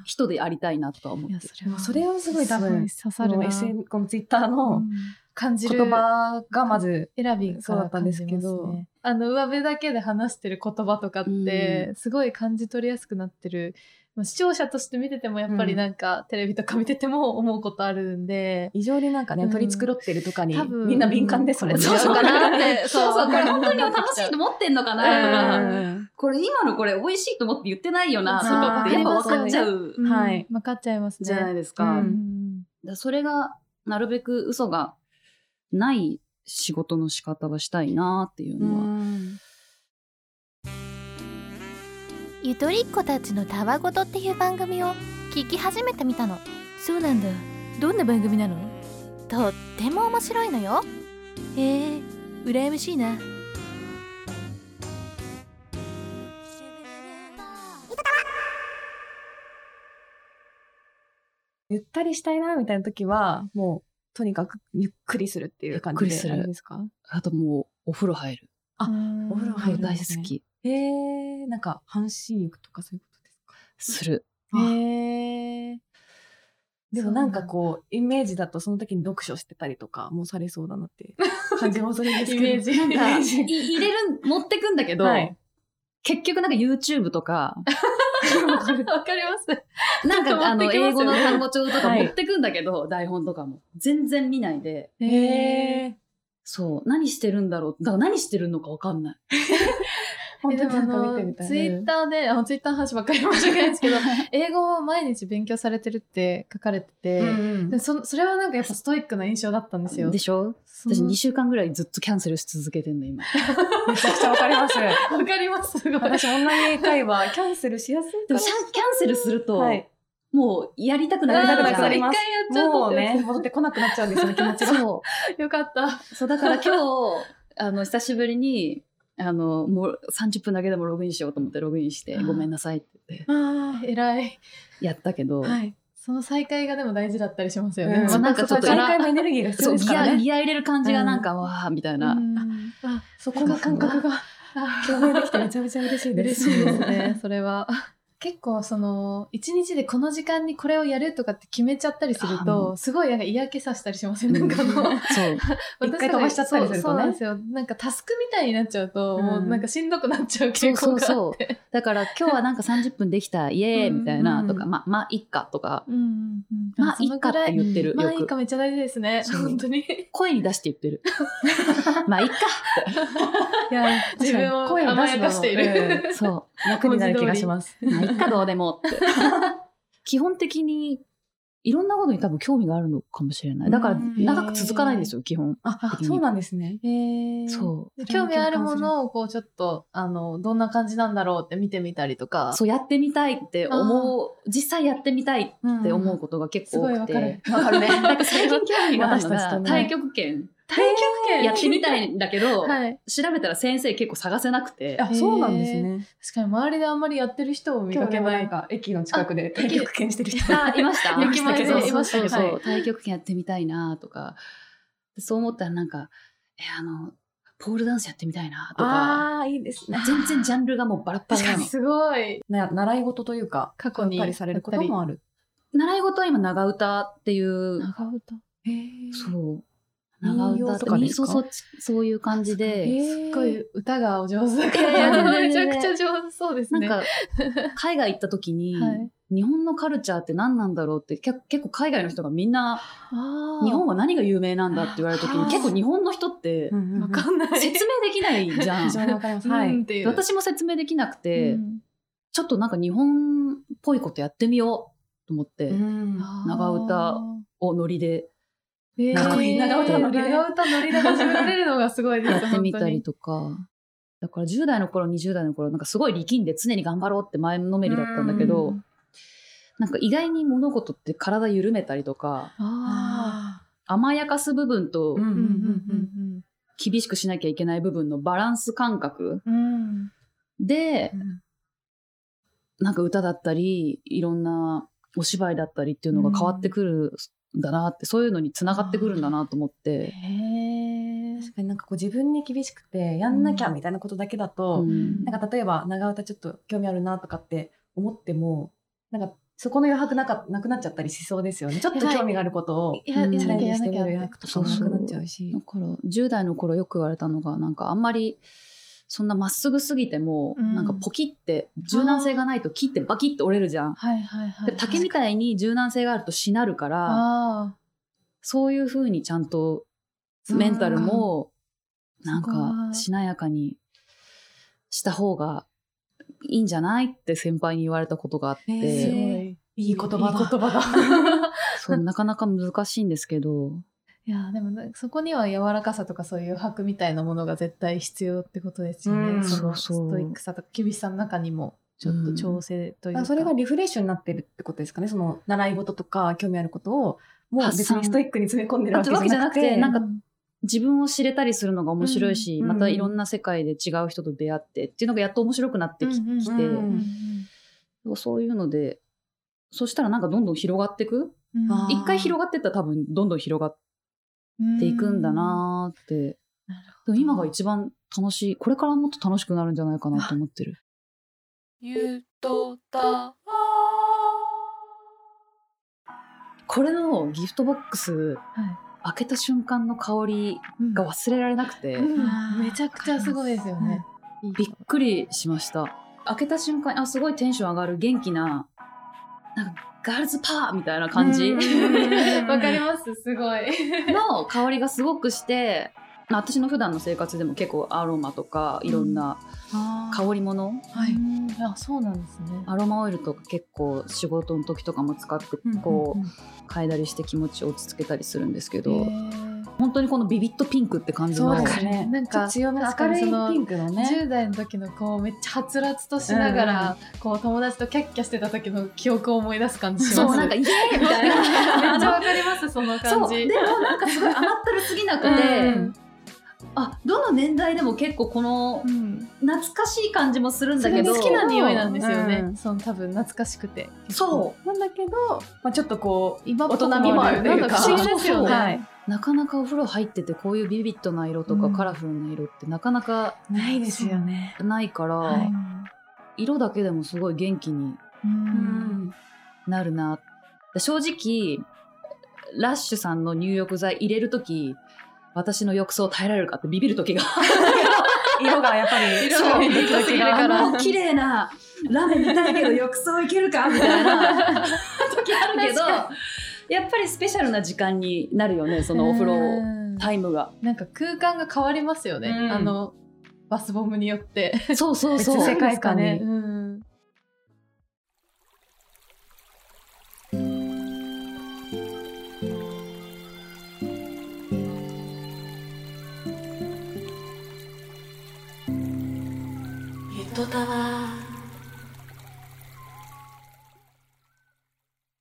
Speaker 5: 人でありたいなとは思う
Speaker 2: い。や、それは
Speaker 1: それをすごい多分、
Speaker 2: すごい刺さ
Speaker 1: こ
Speaker 2: る
Speaker 1: の
Speaker 2: な。
Speaker 1: SN、このツイッターの
Speaker 2: うん感じ
Speaker 1: 言
Speaker 2: る
Speaker 1: 葉がまず、
Speaker 2: 選び
Speaker 1: そうだったんですけど
Speaker 2: から感じますねあの上辺だけで話してる言葉とかってすごい感じ取りやすくなってる、まあ視聴者として見ててもやっぱりなんかテレビとか見てても思うことあるんで、
Speaker 1: 異常になんかね、
Speaker 2: うん
Speaker 1: 取り繕ってるとかに
Speaker 2: 多、分
Speaker 1: みんな敏感ですもんね。
Speaker 2: これ違うかなって
Speaker 5: そうそう、これ本当に楽しい
Speaker 2: い
Speaker 5: と思ってんのか
Speaker 1: う
Speaker 5: なとか、
Speaker 1: ん
Speaker 5: これ今のこれ美味しいと思って言ってないよなとかっ
Speaker 1: そう
Speaker 5: てやっぱ分かっちゃう
Speaker 1: うんはい
Speaker 2: 分かっちゃいますね
Speaker 5: じゃないです
Speaker 1: うん
Speaker 5: か。だか
Speaker 2: うん
Speaker 5: らそれがなるべく嘘がない仕事の仕方がしたいなっていうのは。
Speaker 4: ゆとりっ子たちのたわごとっていう番組を聞き始めてみたのそうなんだどんな番組なのとっても面白いのよへえ羨ましいな
Speaker 1: ゆったりしたいな、みたいな時は、もう、とにかくゆっくりするっていう感じ
Speaker 5: ゆっくりす
Speaker 1: で。
Speaker 5: る
Speaker 1: あれですか
Speaker 5: あともうお風呂入る。
Speaker 1: あお風呂
Speaker 5: お
Speaker 1: 入
Speaker 5: 風
Speaker 1: る
Speaker 5: 呂
Speaker 1: んで
Speaker 5: 大
Speaker 1: すね
Speaker 5: 好き。
Speaker 1: へえ、なんか、半身浴とかそういうことですか
Speaker 5: する。
Speaker 2: へえ
Speaker 1: でもなんかこう、イメージだとその時に読書してたりとかもされそうだなって感じもするんですけど。
Speaker 2: イメージ
Speaker 1: なん
Speaker 5: なん
Speaker 1: か
Speaker 5: か、い入れる、持ってくんだけど、
Speaker 1: はい
Speaker 5: 結局なんか YouTube とか、
Speaker 2: わかります
Speaker 5: なん
Speaker 2: ちょっと
Speaker 5: かあ
Speaker 2: 持っ
Speaker 5: の
Speaker 2: てきますよね
Speaker 5: 英語の単語帳とか
Speaker 1: はい
Speaker 5: 持ってくんだけど、台本とかも。全然見ないで。
Speaker 2: へえ
Speaker 1: へ
Speaker 5: そう。何してるんだろう。だから何してるのかわかんない。
Speaker 1: 本当
Speaker 2: で
Speaker 1: に
Speaker 2: も
Speaker 1: なんか見てみたい。
Speaker 2: ツイッターであのツイッターの話ばっかり申し訳ないで すけど英語を毎日勉強されてるって書かれてて、
Speaker 1: うん
Speaker 2: でもそそれはなんかやっぱストイックな印象だったんですよ。
Speaker 5: でしょ
Speaker 2: その
Speaker 5: 私2週間ぐらいずっとキャンセルし続けてんの、今。
Speaker 1: めちゃくちゃわかります。
Speaker 2: わかります、すご い。
Speaker 1: 私、オンライン英会話、キャンセルしやすいか
Speaker 5: でも
Speaker 1: ら
Speaker 5: シャンキャンセルすると、
Speaker 1: はい
Speaker 5: もうやりたくな
Speaker 1: やりた
Speaker 5: る
Speaker 1: く
Speaker 5: じ
Speaker 1: なく
Speaker 5: ゃ
Speaker 1: なんります
Speaker 2: 一回やっちゃうと
Speaker 1: もうね、戻ってこなくなっちゃうんですよね、気持ちが。
Speaker 5: そ
Speaker 2: よかった。
Speaker 5: う。そう、だから今日、あの、久しぶりに、あの、もう30分だけでもログインしようと思ってログインして、ごめんなさいって言って、
Speaker 2: ああ、偉い。
Speaker 5: やったけど、
Speaker 2: はい。その再会がでも大事だったりしますよね。
Speaker 1: うん
Speaker 5: そうなんかちょっと
Speaker 1: 毎回もエネルギーが必
Speaker 5: そ
Speaker 1: 要
Speaker 5: う、
Speaker 1: です
Speaker 5: ギ
Speaker 1: から
Speaker 5: ア、
Speaker 1: ね。
Speaker 5: ギア入れる感じがなんか、わーみたいな。
Speaker 2: うんあ、
Speaker 1: そこの感覚が共鳴できてめちゃめちゃ 嬉しいです。
Speaker 2: 嬉しいですね、それは。結構その一日でこの時間にこれをやるとかって決めちゃったりする
Speaker 5: あも
Speaker 2: とすごいなんか嫌気さしたりしませんなんかもう
Speaker 5: そう。
Speaker 1: 一回
Speaker 2: 私と
Speaker 1: 飛
Speaker 2: か
Speaker 1: ばしちゃったりするとね
Speaker 2: そうそうなんですよなんかタスクみたいになっちゃうと、
Speaker 1: うん
Speaker 2: もうなんかしんどくなっちゃう
Speaker 5: そ
Speaker 2: 傾
Speaker 5: うそ
Speaker 2: 向
Speaker 5: う
Speaker 2: があ
Speaker 5: そ
Speaker 2: っ
Speaker 5: う
Speaker 2: て。
Speaker 5: だから今日はなんか30分で きた、イエーイみたいな、
Speaker 1: うん
Speaker 5: とか、まあ、まあ、いっかとか、
Speaker 2: うんうんうん
Speaker 5: まあ、
Speaker 2: そ
Speaker 5: いっ
Speaker 2: の
Speaker 5: か
Speaker 2: く
Speaker 5: っ
Speaker 2: ら
Speaker 5: て言ってる、
Speaker 2: まあい
Speaker 5: よ
Speaker 2: い
Speaker 5: く
Speaker 2: か。めっちゃ大事ですね
Speaker 5: そう
Speaker 2: 本当に
Speaker 5: 声に出して言っ てる。まあ、いっか
Speaker 2: いや自分を
Speaker 1: 声を出
Speaker 2: 甘
Speaker 1: す
Speaker 2: や
Speaker 1: の
Speaker 2: かしている。
Speaker 1: うん
Speaker 5: そ
Speaker 1: 楽になる気がします。
Speaker 5: う。まあ、いっかどうでも って。基本的に、いろんなことに多分興味があるのかもしれない。だから、
Speaker 1: うん
Speaker 5: 長く続かないんですよ、基本。
Speaker 1: あ、そうなんですね。
Speaker 2: へー
Speaker 5: そ
Speaker 2: で興味あるものをこうちょっとあのどんな感じなんだろうって見てみたりとか
Speaker 5: う。そうやってみたいって思う、実際やってみたいって思うことが結構多くて。
Speaker 2: うんうん
Speaker 5: わかるね。なんか最近興味があるの
Speaker 1: 私たちと
Speaker 5: が、
Speaker 1: ね
Speaker 5: 太極拳。
Speaker 2: 太極拳
Speaker 5: やってみたいんだけど、
Speaker 2: はい
Speaker 5: 調べたら先生結構探せなくて。
Speaker 1: あ、そうなんですね。
Speaker 2: 確かに周りであんまりやってる人を見
Speaker 1: 今
Speaker 2: か
Speaker 1: 日で
Speaker 2: け
Speaker 1: も
Speaker 2: な
Speaker 1: ないんか駅の近くで太極拳してる人
Speaker 5: あ、いました。
Speaker 2: 駅前で
Speaker 5: そうそう
Speaker 2: いました
Speaker 5: そう
Speaker 2: ね
Speaker 5: そう
Speaker 2: はい
Speaker 5: 太極拳やってみたいなとか、そう思ったらなんか、え、あの、ポールダンスやってみたいなとか、
Speaker 1: あー、いいですね。
Speaker 5: 全然ジャンルがもうバラッバラなの。
Speaker 2: すごい
Speaker 1: な習い事というか、
Speaker 2: 過去に
Speaker 1: やっぱりされることもある。
Speaker 5: 習い事は今長唄っていう、
Speaker 2: 長唄
Speaker 1: へ
Speaker 5: そう。長
Speaker 1: 民謡
Speaker 5: 唄
Speaker 1: と
Speaker 5: と
Speaker 1: か
Speaker 5: か
Speaker 1: で
Speaker 5: ね、
Speaker 1: す
Speaker 5: そ
Speaker 1: か
Speaker 5: うそう、そういう感じで、
Speaker 2: すっごい歌がお上手だか
Speaker 5: いやいや
Speaker 2: ら め
Speaker 5: 全
Speaker 2: ちゃ
Speaker 5: 然
Speaker 2: くちゃ上手そうです
Speaker 5: な
Speaker 2: ね
Speaker 5: んか、海外行った時に、
Speaker 2: はい
Speaker 5: 日本のカルチャーって何なんだろうって、け結構海外の人がみんな、
Speaker 2: あー
Speaker 5: 日本は何が有名なんだって言われた時に
Speaker 2: あー
Speaker 5: 結構日本の人って
Speaker 1: うんうんう
Speaker 2: わ
Speaker 1: ん
Speaker 2: かんない
Speaker 5: 説明できないじゃん
Speaker 1: 非常にわかります。は。
Speaker 2: はいいっていう
Speaker 5: 私も説明できなくて、
Speaker 2: うん
Speaker 5: ちょっとなんか日本っぽいことやってみようと思って、
Speaker 1: うん
Speaker 5: 長唄をノリで
Speaker 2: えー
Speaker 5: かっこいい
Speaker 1: 長唄ノリで
Speaker 2: 長唄ノリで始められるのがすご いです
Speaker 5: やってみた
Speaker 2: 本
Speaker 5: りとか。だから10代の頃20代の頃なんかすごい力んで常に頑張ろうって前のめりだったんだけど、
Speaker 2: うん
Speaker 5: なんか意外に物事って体緩めたりとか
Speaker 2: 当にあ
Speaker 5: 甘やかす部分と
Speaker 1: うんうんう
Speaker 2: ー
Speaker 1: んうん。
Speaker 5: 厳しくしなきゃいけない部分のバランス感覚
Speaker 2: うん。
Speaker 5: で、
Speaker 1: うん
Speaker 5: なんか歌だったり、いろんなお芝居だったりっていうのが変わってくるんだなって、そういうのに繋がってくるんだなと思っ
Speaker 2: へ
Speaker 5: て。
Speaker 2: え。
Speaker 1: 確かになんかこう自分に厳しくてやんなきゃみたいなことだけだと、
Speaker 5: うん
Speaker 1: なんか例えば長唄ちょっと興味あるなとかって思ってもなんかそこの余白なかなくなっちゃったりしそうですよねちょっと興味があることをチ
Speaker 2: や、や
Speaker 5: う
Speaker 2: ら
Speaker 5: ん
Speaker 1: ャレ
Speaker 2: な
Speaker 1: ン
Speaker 2: きゃ
Speaker 1: ジ
Speaker 2: や
Speaker 1: し
Speaker 2: ら
Speaker 1: てみる
Speaker 2: なきゃ。
Speaker 1: 余白とかもなくなっちゃうし
Speaker 5: だから10代の頃よく言われたのがなんかあんまりそんなまっすぐすぎても、
Speaker 2: うん
Speaker 5: なんかポキって柔軟性がないと切ってバキって折れるじゃん。
Speaker 2: はいはいは
Speaker 5: で
Speaker 2: い。
Speaker 5: 竹みたいに柔軟性があるとしなるから
Speaker 2: あ
Speaker 5: そういう風にちゃんとメンタルもなんかしなやかにした方がいいんじゃないって先輩に言われたことがあっ
Speaker 1: へーす
Speaker 5: て
Speaker 1: ごいいい言葉だ言葉 だ
Speaker 5: そうなかなか難しいんですけど
Speaker 2: あ。いや、でもね、そこには柔らかさとかそういう余白みたいなものが絶対必要ってことですよ
Speaker 1: う
Speaker 2: ね。
Speaker 1: ん
Speaker 2: そのス
Speaker 5: そうそう
Speaker 2: トイックさとか厳しさの中にも、ちょっと調整というか。
Speaker 1: それがリフレッシュになってるってことですかねその習い事とか興味あることをもう別にストイックに詰め込んでるわけじゃなくて
Speaker 5: あとわけじゃなくてなんか
Speaker 2: うん
Speaker 5: 自分を知れたりするのが面白いし、
Speaker 1: うん
Speaker 5: またいろんな世界で違う人と出会ってっていうのがやっと面白くなってき,、
Speaker 2: うんうん
Speaker 5: き
Speaker 1: うん
Speaker 5: てそういうのでそしたらなんかどんどん広がってく
Speaker 2: うん
Speaker 1: あー
Speaker 5: 一回広がってったら多分どんどん広がっていくんだなーって
Speaker 2: うんな
Speaker 5: でも今が一番楽しいこれからもっと楽しくなるんじゃないかなと思ってる
Speaker 6: ゆとた
Speaker 5: これのギフトボックス
Speaker 2: はい
Speaker 5: 開けた瞬間の香り
Speaker 2: うん
Speaker 5: が忘れられなくて、
Speaker 2: うんめちゃくちゃすごいですよね。
Speaker 5: びっくりしました開けた瞬間にあすごいテンション上がる元気ななんかガールズパーみたいな感じ
Speaker 2: うんわかります、すごい。
Speaker 5: の香りがすごくしてまあ私の普段の生活でも結構アロマとかいろんな香りもの、
Speaker 2: はい。あ、そうなんですね。
Speaker 5: アロマオイルとか結構仕事の時とかも使って
Speaker 1: うん
Speaker 5: こ
Speaker 1: うん
Speaker 5: う嗅いだりして気持ち落ち着けたりするんですけ
Speaker 2: へ
Speaker 5: ど
Speaker 2: ー
Speaker 5: 本当にこのビビットピンクって感じ
Speaker 1: そ
Speaker 5: の
Speaker 1: うですね
Speaker 2: なんか
Speaker 1: ちょっと強めの
Speaker 2: 確
Speaker 1: 明
Speaker 2: かに
Speaker 1: る
Speaker 2: その
Speaker 1: いピンクのね
Speaker 2: 10代の時のこうめっちゃはつらつとしながら、こう友達とキャッキャしてた時の記憶を思い出す感じします
Speaker 5: そうなんかイエーイみた いな
Speaker 2: めっちゃわかりますその
Speaker 5: そ
Speaker 2: 感
Speaker 5: う
Speaker 2: じ
Speaker 5: でもなんかすごい甘ったるすぎなくて、
Speaker 2: うん
Speaker 5: あどの年代でも結構この
Speaker 2: うん
Speaker 5: 懐かしい感じもするん
Speaker 2: そ
Speaker 5: だ
Speaker 2: れ
Speaker 5: け
Speaker 2: で
Speaker 5: ど
Speaker 2: 好きな匂いなんですよね、
Speaker 1: うん
Speaker 2: その多分懐かしくて
Speaker 5: そ
Speaker 1: なんだけど、まあ、ちょっとこう
Speaker 2: 今
Speaker 1: 大人みもあると
Speaker 2: ないん
Speaker 1: う
Speaker 2: だ
Speaker 1: か
Speaker 2: か不思議ですよね
Speaker 1: はい
Speaker 5: なかなかお風呂入っててこういうビビッドな色とか
Speaker 2: うん
Speaker 5: カラフルな色ってなかなか
Speaker 1: ないですよね。
Speaker 5: ないから、
Speaker 2: はい
Speaker 5: 色だけでもすごい元気に
Speaker 2: うん
Speaker 5: なるなで正直ラッシュさんの入浴剤入れる時私の浴槽耐えられるかってビビる時が
Speaker 1: 色がやっぱり、
Speaker 5: そう
Speaker 1: そう色が違う
Speaker 5: あの綺麗なラメ見たいけど浴槽いけるかみたいな時あるけど
Speaker 2: 確
Speaker 5: やっぱりスペシャルな時間になるよねそのお風呂
Speaker 2: うん
Speaker 5: タイムが。
Speaker 2: なんか空間が変わりますよね、
Speaker 1: うん
Speaker 2: あのバスボムによって
Speaker 5: そうそうそう。
Speaker 1: 別世界観に
Speaker 2: うん
Speaker 7: ゆとたわ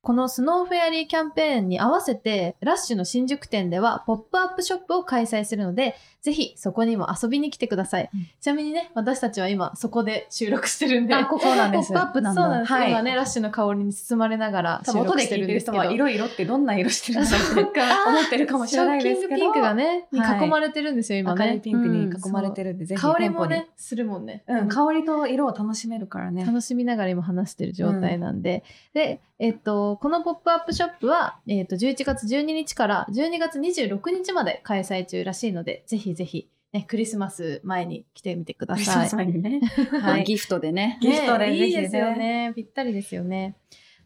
Speaker 2: このスノーフェアリーキャンペーンに合わせて、ラッシュの新宿店ではポップアップショップを開催するので、ぜひそこにも遊びに来てください。ちなみにね、私たちは今そこで収録してるんで。
Speaker 5: あここなんです
Speaker 2: ポップアップなんだ。そうなんです。
Speaker 1: はい
Speaker 2: 今ね、ラッシュの香りに包まれながら
Speaker 1: 多
Speaker 2: 収
Speaker 1: 分音
Speaker 2: 録
Speaker 1: で
Speaker 2: して
Speaker 1: 聞
Speaker 2: る
Speaker 1: い
Speaker 2: ん
Speaker 1: て
Speaker 2: で
Speaker 1: る
Speaker 2: す
Speaker 1: 人
Speaker 2: けど。
Speaker 1: は色色ってどんな色してるんだろうって
Speaker 2: か
Speaker 1: 思ってるかもしれないです
Speaker 2: ショッ
Speaker 1: け
Speaker 2: キン
Speaker 1: ど
Speaker 2: グピンクがね、に
Speaker 1: はい
Speaker 2: 囲まれてるんですよ、今
Speaker 1: 明るい
Speaker 2: ね。
Speaker 1: ピンクに囲まれてるんで、ぜひ
Speaker 2: 香りも
Speaker 1: 店
Speaker 2: ね、するもんね。
Speaker 1: 舗に、うん、香りと色を楽しめるからね
Speaker 2: 楽しみながら今話してる状態なんで、で、えっと、このポップアップショップは、えっと、11月12日から12月26日まで開催中らしいので、ぜひぜひ、ね、クリスマス前に来てみてくだ
Speaker 1: クリス
Speaker 2: さ
Speaker 1: マ
Speaker 2: い。
Speaker 1: ス前にね
Speaker 5: はいギフトでね。
Speaker 1: ギフトでぜ
Speaker 2: ね
Speaker 1: ひね
Speaker 2: いいですよね。ぴったりですよね。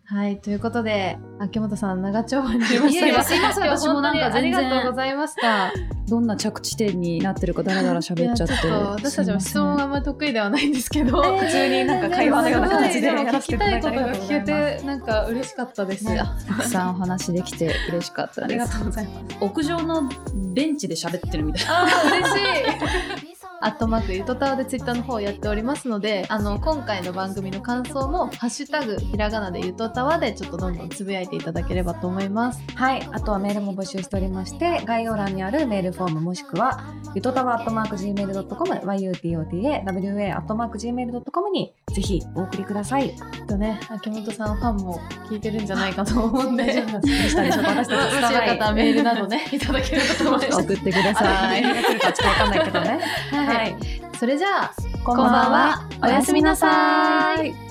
Speaker 2: はい、ということで、秋元さん、長丁場になりましたが
Speaker 5: いやい やすいません
Speaker 2: 今日
Speaker 5: 私もなんか全
Speaker 2: 本当にあ
Speaker 5: 然
Speaker 2: りがとうございました。
Speaker 5: どんな着地点になってるかダラダラ
Speaker 2: い
Speaker 5: 喋
Speaker 2: や
Speaker 5: っち
Speaker 2: ちょ
Speaker 5: ゃっ。
Speaker 2: ってと私たちも質問があんまり得意ではないんですけど、
Speaker 1: 普通になんか会話のような形で
Speaker 2: も
Speaker 1: やら
Speaker 2: 聞
Speaker 1: せて
Speaker 2: き
Speaker 1: いた
Speaker 2: た
Speaker 1: だ
Speaker 2: い
Speaker 1: いてあ
Speaker 2: こと
Speaker 1: りが
Speaker 2: が
Speaker 1: とうご
Speaker 2: 聞
Speaker 1: ざ
Speaker 2: け
Speaker 1: います
Speaker 2: てなんか嬉しかったです。
Speaker 1: ね
Speaker 5: たくさんお話できて嬉しかった
Speaker 1: あり
Speaker 5: で
Speaker 1: が
Speaker 5: す。
Speaker 1: とうございます
Speaker 5: 屋上のベンチで喋ってるみたいな。
Speaker 2: あー嬉しい。
Speaker 4: みそ
Speaker 2: アットマークゆとたわでツイッターの方をやっておりますので、あの、今回の番組の感想も、ハッシュタグ、ひらがなでゆとたわでちょっとどんどんつぶやいていただければと思います。
Speaker 1: はい。あとはメールも募集しておりまして、概要欄にあるメールフォームもしくは、ゆとたわ .gmail.com、yutotawa.gmail.com にぜひお送りください。
Speaker 2: きっとね、秋元さんファンも聞いてるんじゃないかと思うんで、もしよ
Speaker 1: でしたでしょうか私たち
Speaker 2: かったらメールなどね、いただければと思います。
Speaker 1: 送ってください。何が来るかちょっとわかん ないけどね。
Speaker 2: はい。それじゃあ、
Speaker 1: こ
Speaker 2: んばんはおやすみなさ
Speaker 1: い。